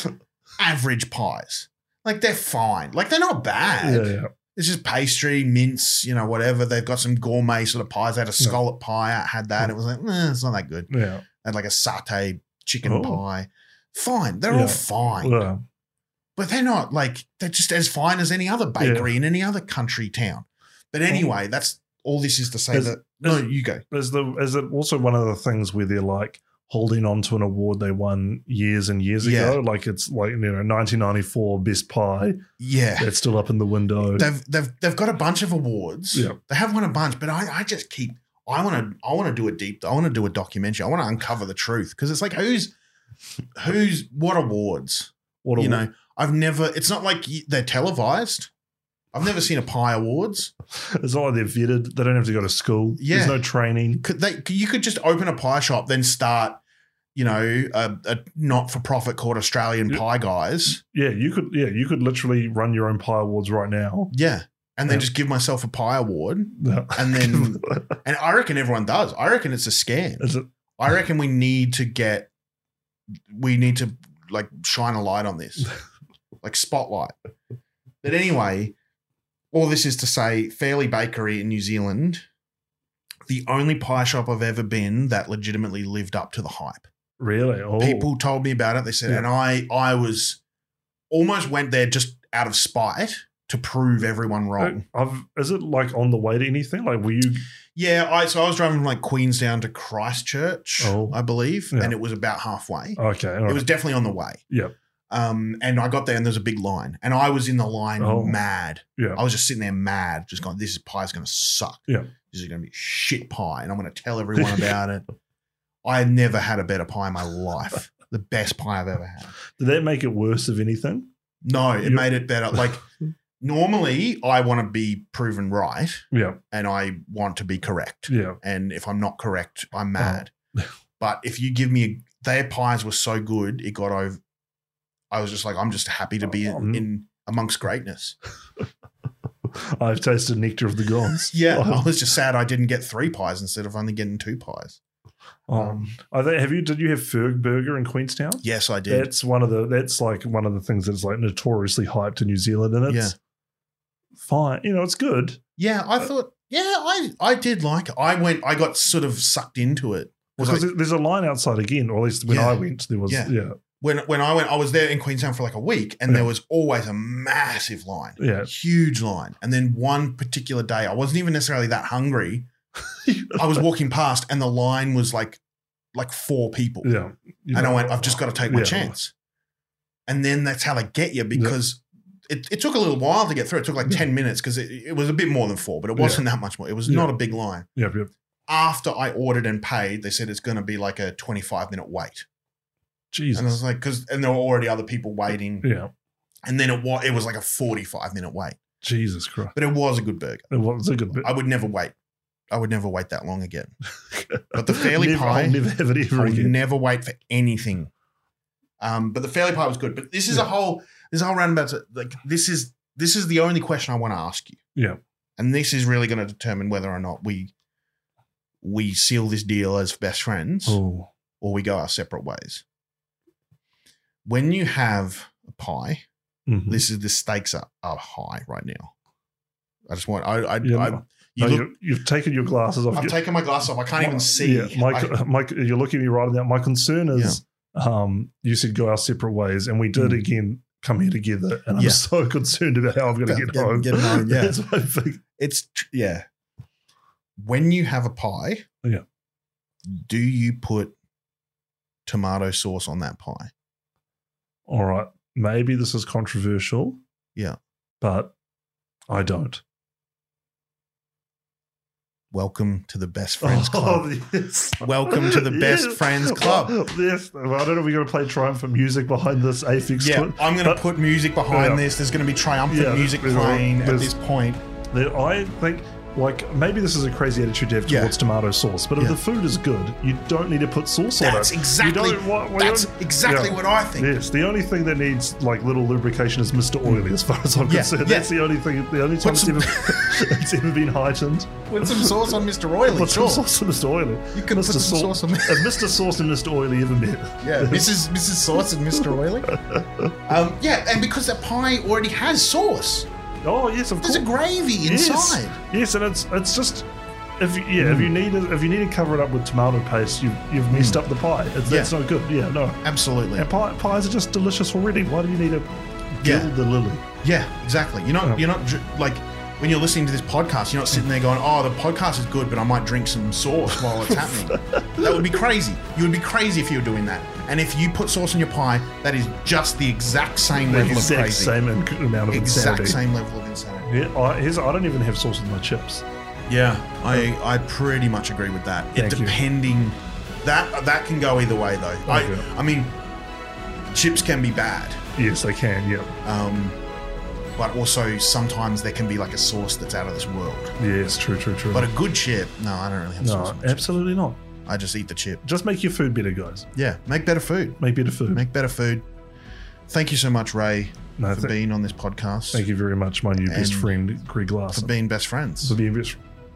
Speaker 2: Average pies, like they're fine. Like they're not bad.
Speaker 3: Yeah, yeah.
Speaker 2: It's just pastry, mince, you know, whatever. They've got some gourmet sort of pies. They had a scallop pie. I had that. It was like, eh, it's not that good.
Speaker 3: yeah.
Speaker 2: They had like a satay chicken
Speaker 3: Oh.
Speaker 2: pie. Fine. They're
Speaker 3: Yeah.
Speaker 2: all fine.
Speaker 3: Yeah.
Speaker 2: But they're not like, they're just as fine as any other bakery in any other country town. But anyway, that's all this is to say
Speaker 3: Is-
Speaker 2: that. No,
Speaker 3: is-
Speaker 2: you go.
Speaker 3: Is the is it also one of the things where they're like holding on to an award they won years and years
Speaker 2: Yeah.
Speaker 3: ago? Like it's like you know 1994 best pie
Speaker 2: Yeah.
Speaker 3: that's still up in the window.
Speaker 2: They've, they've, they've got a bunch of awards.
Speaker 3: Yeah.
Speaker 2: They have won a bunch, but I, I just keep, I want to, I want to do a deep, I want to do a documentary. I want to uncover the truth because it's like, who's, who's, what awards?
Speaker 3: What a-
Speaker 2: you know, I've never. It's not like y- they're televised. I've never seen a pie awards.
Speaker 3: it's not like they're vetted. They don't have to go to school.
Speaker 2: Yeah.
Speaker 3: There's no training.
Speaker 2: Could they? You could just open a pie shop, then start, you know, a, a not-for-profit called Australian
Speaker 3: Yeah.
Speaker 2: Pie Guys.
Speaker 3: Yeah, you could. Yeah, you could literally run your own pie awards right now.
Speaker 2: Yeah, and then
Speaker 3: Yeah.
Speaker 2: just give myself a pie award,
Speaker 3: Yeah.
Speaker 2: and then and I reckon everyone does. I reckon it's a scam.
Speaker 3: Is it-
Speaker 2: I reckon we need to get, we need to like shine a light on this, like spotlight. But anyway, all this is to say, Fairly Bakery in New Zealand, the only pie shop I've ever been that legitimately lived up to the hype.
Speaker 3: really? Oh,
Speaker 2: People told me about it. They said,
Speaker 3: Yeah.
Speaker 2: and I, I was almost went there just out of spite to prove
Speaker 3: Oh.
Speaker 2: everyone wrong.
Speaker 3: Uh, I've, is it like on the way to anything? Like, were you?
Speaker 2: Yeah, I so I was driving from like Queenstown to Christchurch,
Speaker 3: Oh.
Speaker 2: I believe,
Speaker 3: Yeah. Oh,
Speaker 2: and it was about halfway.
Speaker 3: Okay, all
Speaker 2: it
Speaker 3: right.
Speaker 2: was definitely on the way.
Speaker 3: Yeah.
Speaker 2: Um, and I got there and there was a big line, and I was in the line
Speaker 3: Oh.
Speaker 2: mad.
Speaker 3: Yeah.
Speaker 2: I was just sitting there mad, just going, "This is pie's going to suck.
Speaker 3: Yeah.
Speaker 2: This is going to be shit pie, and I'm going to tell everyone about it." I had never had a better pie in my life. The best pie I've ever had.
Speaker 3: Did that make it worse of anything?
Speaker 2: No, it
Speaker 3: You-
Speaker 2: made it better. Like normally, I want to be proven right,
Speaker 3: Yeah,
Speaker 2: and I want to be correct
Speaker 3: yeah. Uh-huh.
Speaker 2: and if I'm not correct, I'm mad. but if you give me a, their pies were so good, it got over. I was just like, I'm just happy to be in,
Speaker 3: Um,
Speaker 2: in amongst greatness.
Speaker 3: I've tasted nectar of the gods.
Speaker 2: Yeah, I was just sad I didn't get three pies instead of only getting two pies.
Speaker 3: Um, I think, have you? Did you have Ferg Burger in Queenstown?
Speaker 2: Yes, I did.
Speaker 3: That's one of the. That's like one of the things that's like notoriously hyped in New Zealand, and it's
Speaker 2: Yeah.
Speaker 3: fine. You know, it's good.
Speaker 2: yeah,
Speaker 3: uh
Speaker 2: I thought, yeah, I I did like it. I went, I got sort of sucked into it. Was
Speaker 3: Because
Speaker 2: like,
Speaker 3: there- there's a line outside again, or at least when
Speaker 2: Yeah.
Speaker 3: I went, there was yeah,
Speaker 2: Yeah.
Speaker 3: yeah,
Speaker 2: when when I went, I was there in Queenstown for like a week, and
Speaker 3: Yeah.
Speaker 2: there was always a massive line, huge line. And then one particular day, I wasn't even necessarily that hungry, I was walking past and the line was like like four people.
Speaker 3: yeah. You
Speaker 2: And I
Speaker 3: know,
Speaker 2: went, I've just got to take my
Speaker 3: Yeah.
Speaker 2: chance. And then that's how they get you because it, it took a little while to get through. It took like 10 minutes because it, it was a bit more than four, but it wasn't that much more. It was
Speaker 3: Yeah.
Speaker 2: not a big line.
Speaker 3: Yeah, yeah.
Speaker 2: After I ordered and paid, they said it's going to be like a 25 minute wait. And I
Speaker 3: Jesus.
Speaker 2: was like, because, and there were already other people waiting.
Speaker 3: Yeah,
Speaker 2: And then it was, it was like a 45 minute wait,
Speaker 3: Jesus Christ.
Speaker 2: but it was a good burger.
Speaker 3: It was a good bit.
Speaker 2: I would never wait. I would never wait that long again. But the Fairly
Speaker 3: never,
Speaker 2: Pie.
Speaker 3: I'll never have it ever
Speaker 2: I would
Speaker 3: again.
Speaker 2: never wait for anything. Um, but the fairly pie was good. But this is a
Speaker 3: Yeah.
Speaker 2: whole this is a whole roundabout. to- Like this is this is the only question I want to ask you.
Speaker 3: Yeah.
Speaker 2: And this is really going to determine whether or not we we seal this deal as best friends
Speaker 3: oh,
Speaker 2: or we go our separate ways. When you have a pie,
Speaker 3: mhm.
Speaker 2: this is the stakes are, are high right now. I just want I I,
Speaker 3: Yeah,
Speaker 2: I
Speaker 3: no.
Speaker 2: you
Speaker 3: No,
Speaker 2: look,
Speaker 3: you- you've taken your glasses off.
Speaker 2: I've
Speaker 3: You-
Speaker 2: taken my glass off. I can't
Speaker 3: My-
Speaker 2: even see.
Speaker 3: Yeah, uh, my,
Speaker 2: I-
Speaker 3: my, you're looking at me right now. My concern is um, you said go our separate ways, and we did
Speaker 2: Mm.
Speaker 3: again come here together. And I'm
Speaker 2: Yeah.
Speaker 3: so concerned about how I'm going to
Speaker 2: About
Speaker 3: get,
Speaker 2: get-
Speaker 3: home.
Speaker 2: getting home, yeah.
Speaker 3: That's my big-
Speaker 2: it's tr- yeah. When you have a pie,
Speaker 3: Yeah.
Speaker 2: do you put tomato sauce on that pie?
Speaker 3: All right, maybe this is controversial.
Speaker 2: Yeah.
Speaker 3: but I don't.
Speaker 2: Welcome to the best friends
Speaker 3: Oh,
Speaker 2: club.
Speaker 3: yes.
Speaker 2: Welcome to the best
Speaker 3: Yes.
Speaker 2: friends club.
Speaker 3: Yes. Well, I don't know if we're going to play Triumph for music behind this Aphex.
Speaker 2: Yeah,
Speaker 3: clip.
Speaker 2: I'm going
Speaker 3: But-
Speaker 2: to put music behind
Speaker 3: Yeah.
Speaker 2: this. There's going to be triumphant
Speaker 3: Yeah,
Speaker 2: music
Speaker 3: there's-
Speaker 2: playing at
Speaker 3: there's-
Speaker 2: this point.
Speaker 3: that I think Like maybe this is a crazy attitude to have
Speaker 2: Yeah.
Speaker 3: towards tomato sauce, but
Speaker 2: Yeah.
Speaker 3: if the food is good, you don't need to put sauce
Speaker 2: That's
Speaker 3: on it.
Speaker 2: exactly-
Speaker 3: You don't, why- why
Speaker 2: That's
Speaker 3: don't-
Speaker 2: exactly
Speaker 3: yeah.
Speaker 2: what I think.
Speaker 3: Yes, the only thing that needs like little lubrication is Mr. Oily, as far as I'm
Speaker 2: Mm. Yeah,
Speaker 3: concerned.
Speaker 2: yeah.
Speaker 3: That's the only thing. The only time
Speaker 2: Put
Speaker 3: it's
Speaker 2: some-
Speaker 3: ever, it's ever been heightened.
Speaker 2: With some sauce on Mr. Oily,
Speaker 3: Put
Speaker 2: sure.
Speaker 3: some sauce on Mr. Oily.
Speaker 2: You can put some sauce on-
Speaker 3: Have Mr. Sauce and Mr. Oily ever met?
Speaker 2: Yeah, Mrs. Mrs. Sauce and Mr. Oily. Um, yeah, and because the pie already has sauce,
Speaker 3: Oh yes, of
Speaker 2: there's
Speaker 3: course.
Speaker 2: a gravy inside. Hmm.
Speaker 3: Yes, yes and it's it's just if you, yeah if you need to- if you need to cover it up with tomato paste, you've you've messed up the pie. It's, That's no good. Yeah, no.
Speaker 2: Absolutely.
Speaker 3: And pie, pies are just delicious already. Why do you need to
Speaker 2: Yeah.
Speaker 3: gild the lily?
Speaker 2: Yeah, exactly. You're not.
Speaker 3: Yeah.
Speaker 2: You're not dr- like when you're listening to this podcast. You're not sitting there going, "Oh, the podcast is good, but I might drink some sauce while it's happening." that would be crazy. You would be crazy if you were doing that. And if you put sauce on your pie, that is just the exact same
Speaker 3: The
Speaker 2: level
Speaker 3: exact
Speaker 2: of crazy.
Speaker 3: same inc- amount of
Speaker 2: exact
Speaker 3: insanity.
Speaker 2: same level of insanity.
Speaker 3: Yeah, I, here's, I don't even have sauce with my chips.
Speaker 2: Yeah, I I pretty much agree with that. It
Speaker 3: Thank you.
Speaker 2: depending that that can go either way though. I
Speaker 3: Okay.
Speaker 2: I mean, chips can be bad.
Speaker 3: Yes, they can. Yeah,
Speaker 2: Um, but also sometimes there can be like a sauce that's out of this world.
Speaker 3: yes, true, true, true.
Speaker 2: But a good chip? No, I don't really have sauce.
Speaker 3: no,
Speaker 2: on my chips.
Speaker 3: absolutely not.
Speaker 2: I just eat the chip.
Speaker 3: Just make your food better, guys.
Speaker 2: Yeah, make better food.
Speaker 3: Make better food.
Speaker 2: Make better food. Thank you so much, Ray,
Speaker 3: no,
Speaker 2: for
Speaker 3: th-
Speaker 2: being on this podcast.
Speaker 3: thank you very much, my new best
Speaker 2: And-
Speaker 3: friend Greg Glass.
Speaker 2: for being best friends.
Speaker 3: For being best,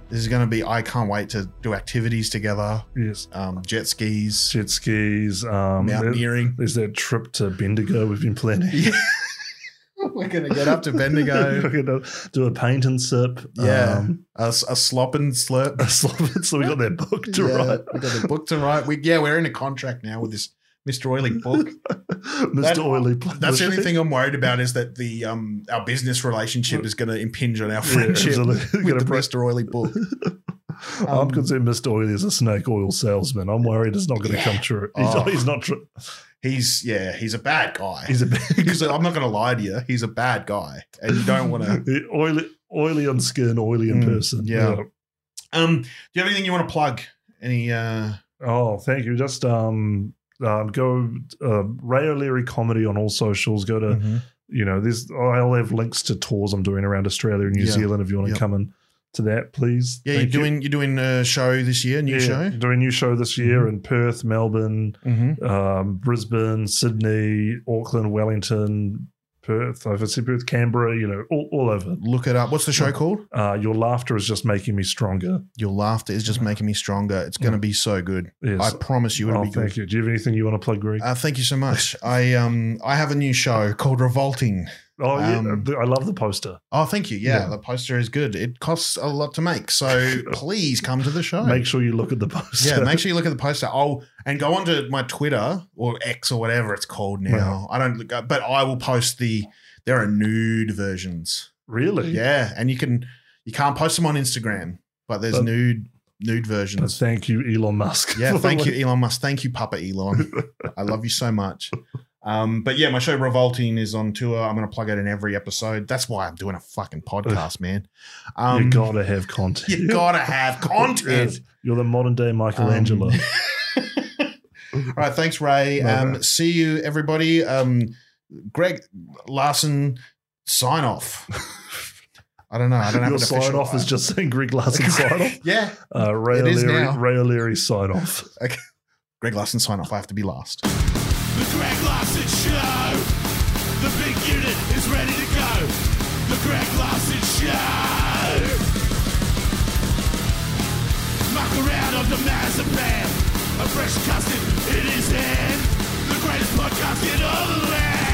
Speaker 2: This is going to be. I can't wait to do activities together.
Speaker 3: yes.
Speaker 2: Um, jet skis,
Speaker 3: jet skis. Um, there-
Speaker 2: mountaineering.
Speaker 3: there's that trip to Bendigo we've been planning.
Speaker 2: We're going to get up to Bendigo.
Speaker 3: We're gonna do a paint and sip.
Speaker 2: Yeah.
Speaker 3: um,
Speaker 2: a, s- a slop and slurp.
Speaker 3: a slop- so we got that book to
Speaker 2: Yeah,
Speaker 3: write.
Speaker 2: We got the book to write. We, yeah, we're in a contract now with this Mr. Oily book.
Speaker 3: Mr.
Speaker 2: That-
Speaker 3: Oily.
Speaker 2: That's the only thing I'm worried about is that the um our business relationship is going to impinge on our friendship with the Mr. Oily book.
Speaker 3: I'm
Speaker 2: Um,
Speaker 3: concerned Mr. Oily is a snake oil salesman. I'm worried it's not going to come true. He's,
Speaker 2: Oh.
Speaker 3: he's not true.
Speaker 2: He's yeah, he's a bad guy.
Speaker 3: He's a big.
Speaker 2: He's a- I'm not going to lie to you. He's a bad guy, and you don't want to.
Speaker 3: oily, oily on skin, oily in
Speaker 2: Mm,
Speaker 3: person.
Speaker 2: yeah. Um, do you have anything you want to plug? Any? uh
Speaker 3: Oh, thank you. Just um, um go uh, Ray O'Leary comedy on all socials. Go to you know, there's I'll have links to tours I'm doing around Australia and New
Speaker 2: Yeah.
Speaker 3: Zealand if you want to
Speaker 2: Yep.
Speaker 3: come in to that, please.
Speaker 2: Yeah, you're
Speaker 3: Thank you.
Speaker 2: doing you're doing a show this year, new
Speaker 3: Yeah,
Speaker 2: show.
Speaker 3: Doing a new show this year in Perth, Melbourne,
Speaker 2: Mm-hmm.
Speaker 3: um, Brisbane, Sydney, Auckland, Wellington, Perth, I've said Perth, Canberra, you know, all, all over.
Speaker 2: Look it up. What's the show called?
Speaker 3: Uh, your laughter is just making me stronger.
Speaker 2: Your laughter is just making me stronger. It's going to be so good.
Speaker 3: Yes.
Speaker 2: I promise you, it'll
Speaker 3: oh,
Speaker 2: be good.
Speaker 3: thank you. Do you have anything you want to plug, Greg?
Speaker 2: Uh, thank you so much. I um I have a new show called Revolting.
Speaker 3: oh,
Speaker 2: um,
Speaker 3: yeah. I love the poster.
Speaker 2: Oh, thank you. Yeah,
Speaker 3: Yeah.
Speaker 2: the poster is good. It costs a lot to make, so please come to the show.
Speaker 3: Make sure you look at the poster.
Speaker 2: yeah, make sure you look at the poster. I'll and go onto my Twitter or X or whatever it's called now. I don't, look up, but I will post the. There are nude versions.
Speaker 3: Really?
Speaker 2: Yeah, and you can you can't post them on Instagram, but there's
Speaker 3: But-
Speaker 2: nude nude
Speaker 3: But
Speaker 2: versions.
Speaker 3: thank you, Elon Musk.
Speaker 2: Yeah,
Speaker 3: for
Speaker 2: thank
Speaker 3: like-
Speaker 2: you, Elon Musk. Thank you, Papa Elon. I love you so much. Um, but yeah, my show Revolting is on tour. I'm going to plug it in every episode. That's why I'm doing a fucking podcast, man. Um,
Speaker 3: you gotta have content.
Speaker 2: you gotta have content.
Speaker 3: Yes. You're the modern day Michelangelo.
Speaker 2: Um, All right, thanks, Ray.
Speaker 3: No,
Speaker 2: Um,
Speaker 3: no.
Speaker 2: see you, everybody. Um, Greg Larson, sign off. I don't know. I don't have an
Speaker 3: Your sign
Speaker 2: official-
Speaker 3: off is just saying Greg Larson sign off.
Speaker 2: yeah.
Speaker 3: Uh, Ray,
Speaker 2: It is
Speaker 3: O'Leary,
Speaker 2: now.
Speaker 3: Ray O'Leary sign off.
Speaker 2: Greg Larson, sign off. I have to be last.
Speaker 1: The Greg Larson Show. The big unit is ready to go. The Greg Larson Show. Muck around on the Mazapan. A fresh custard in his hand. The greatest podcast in all the land.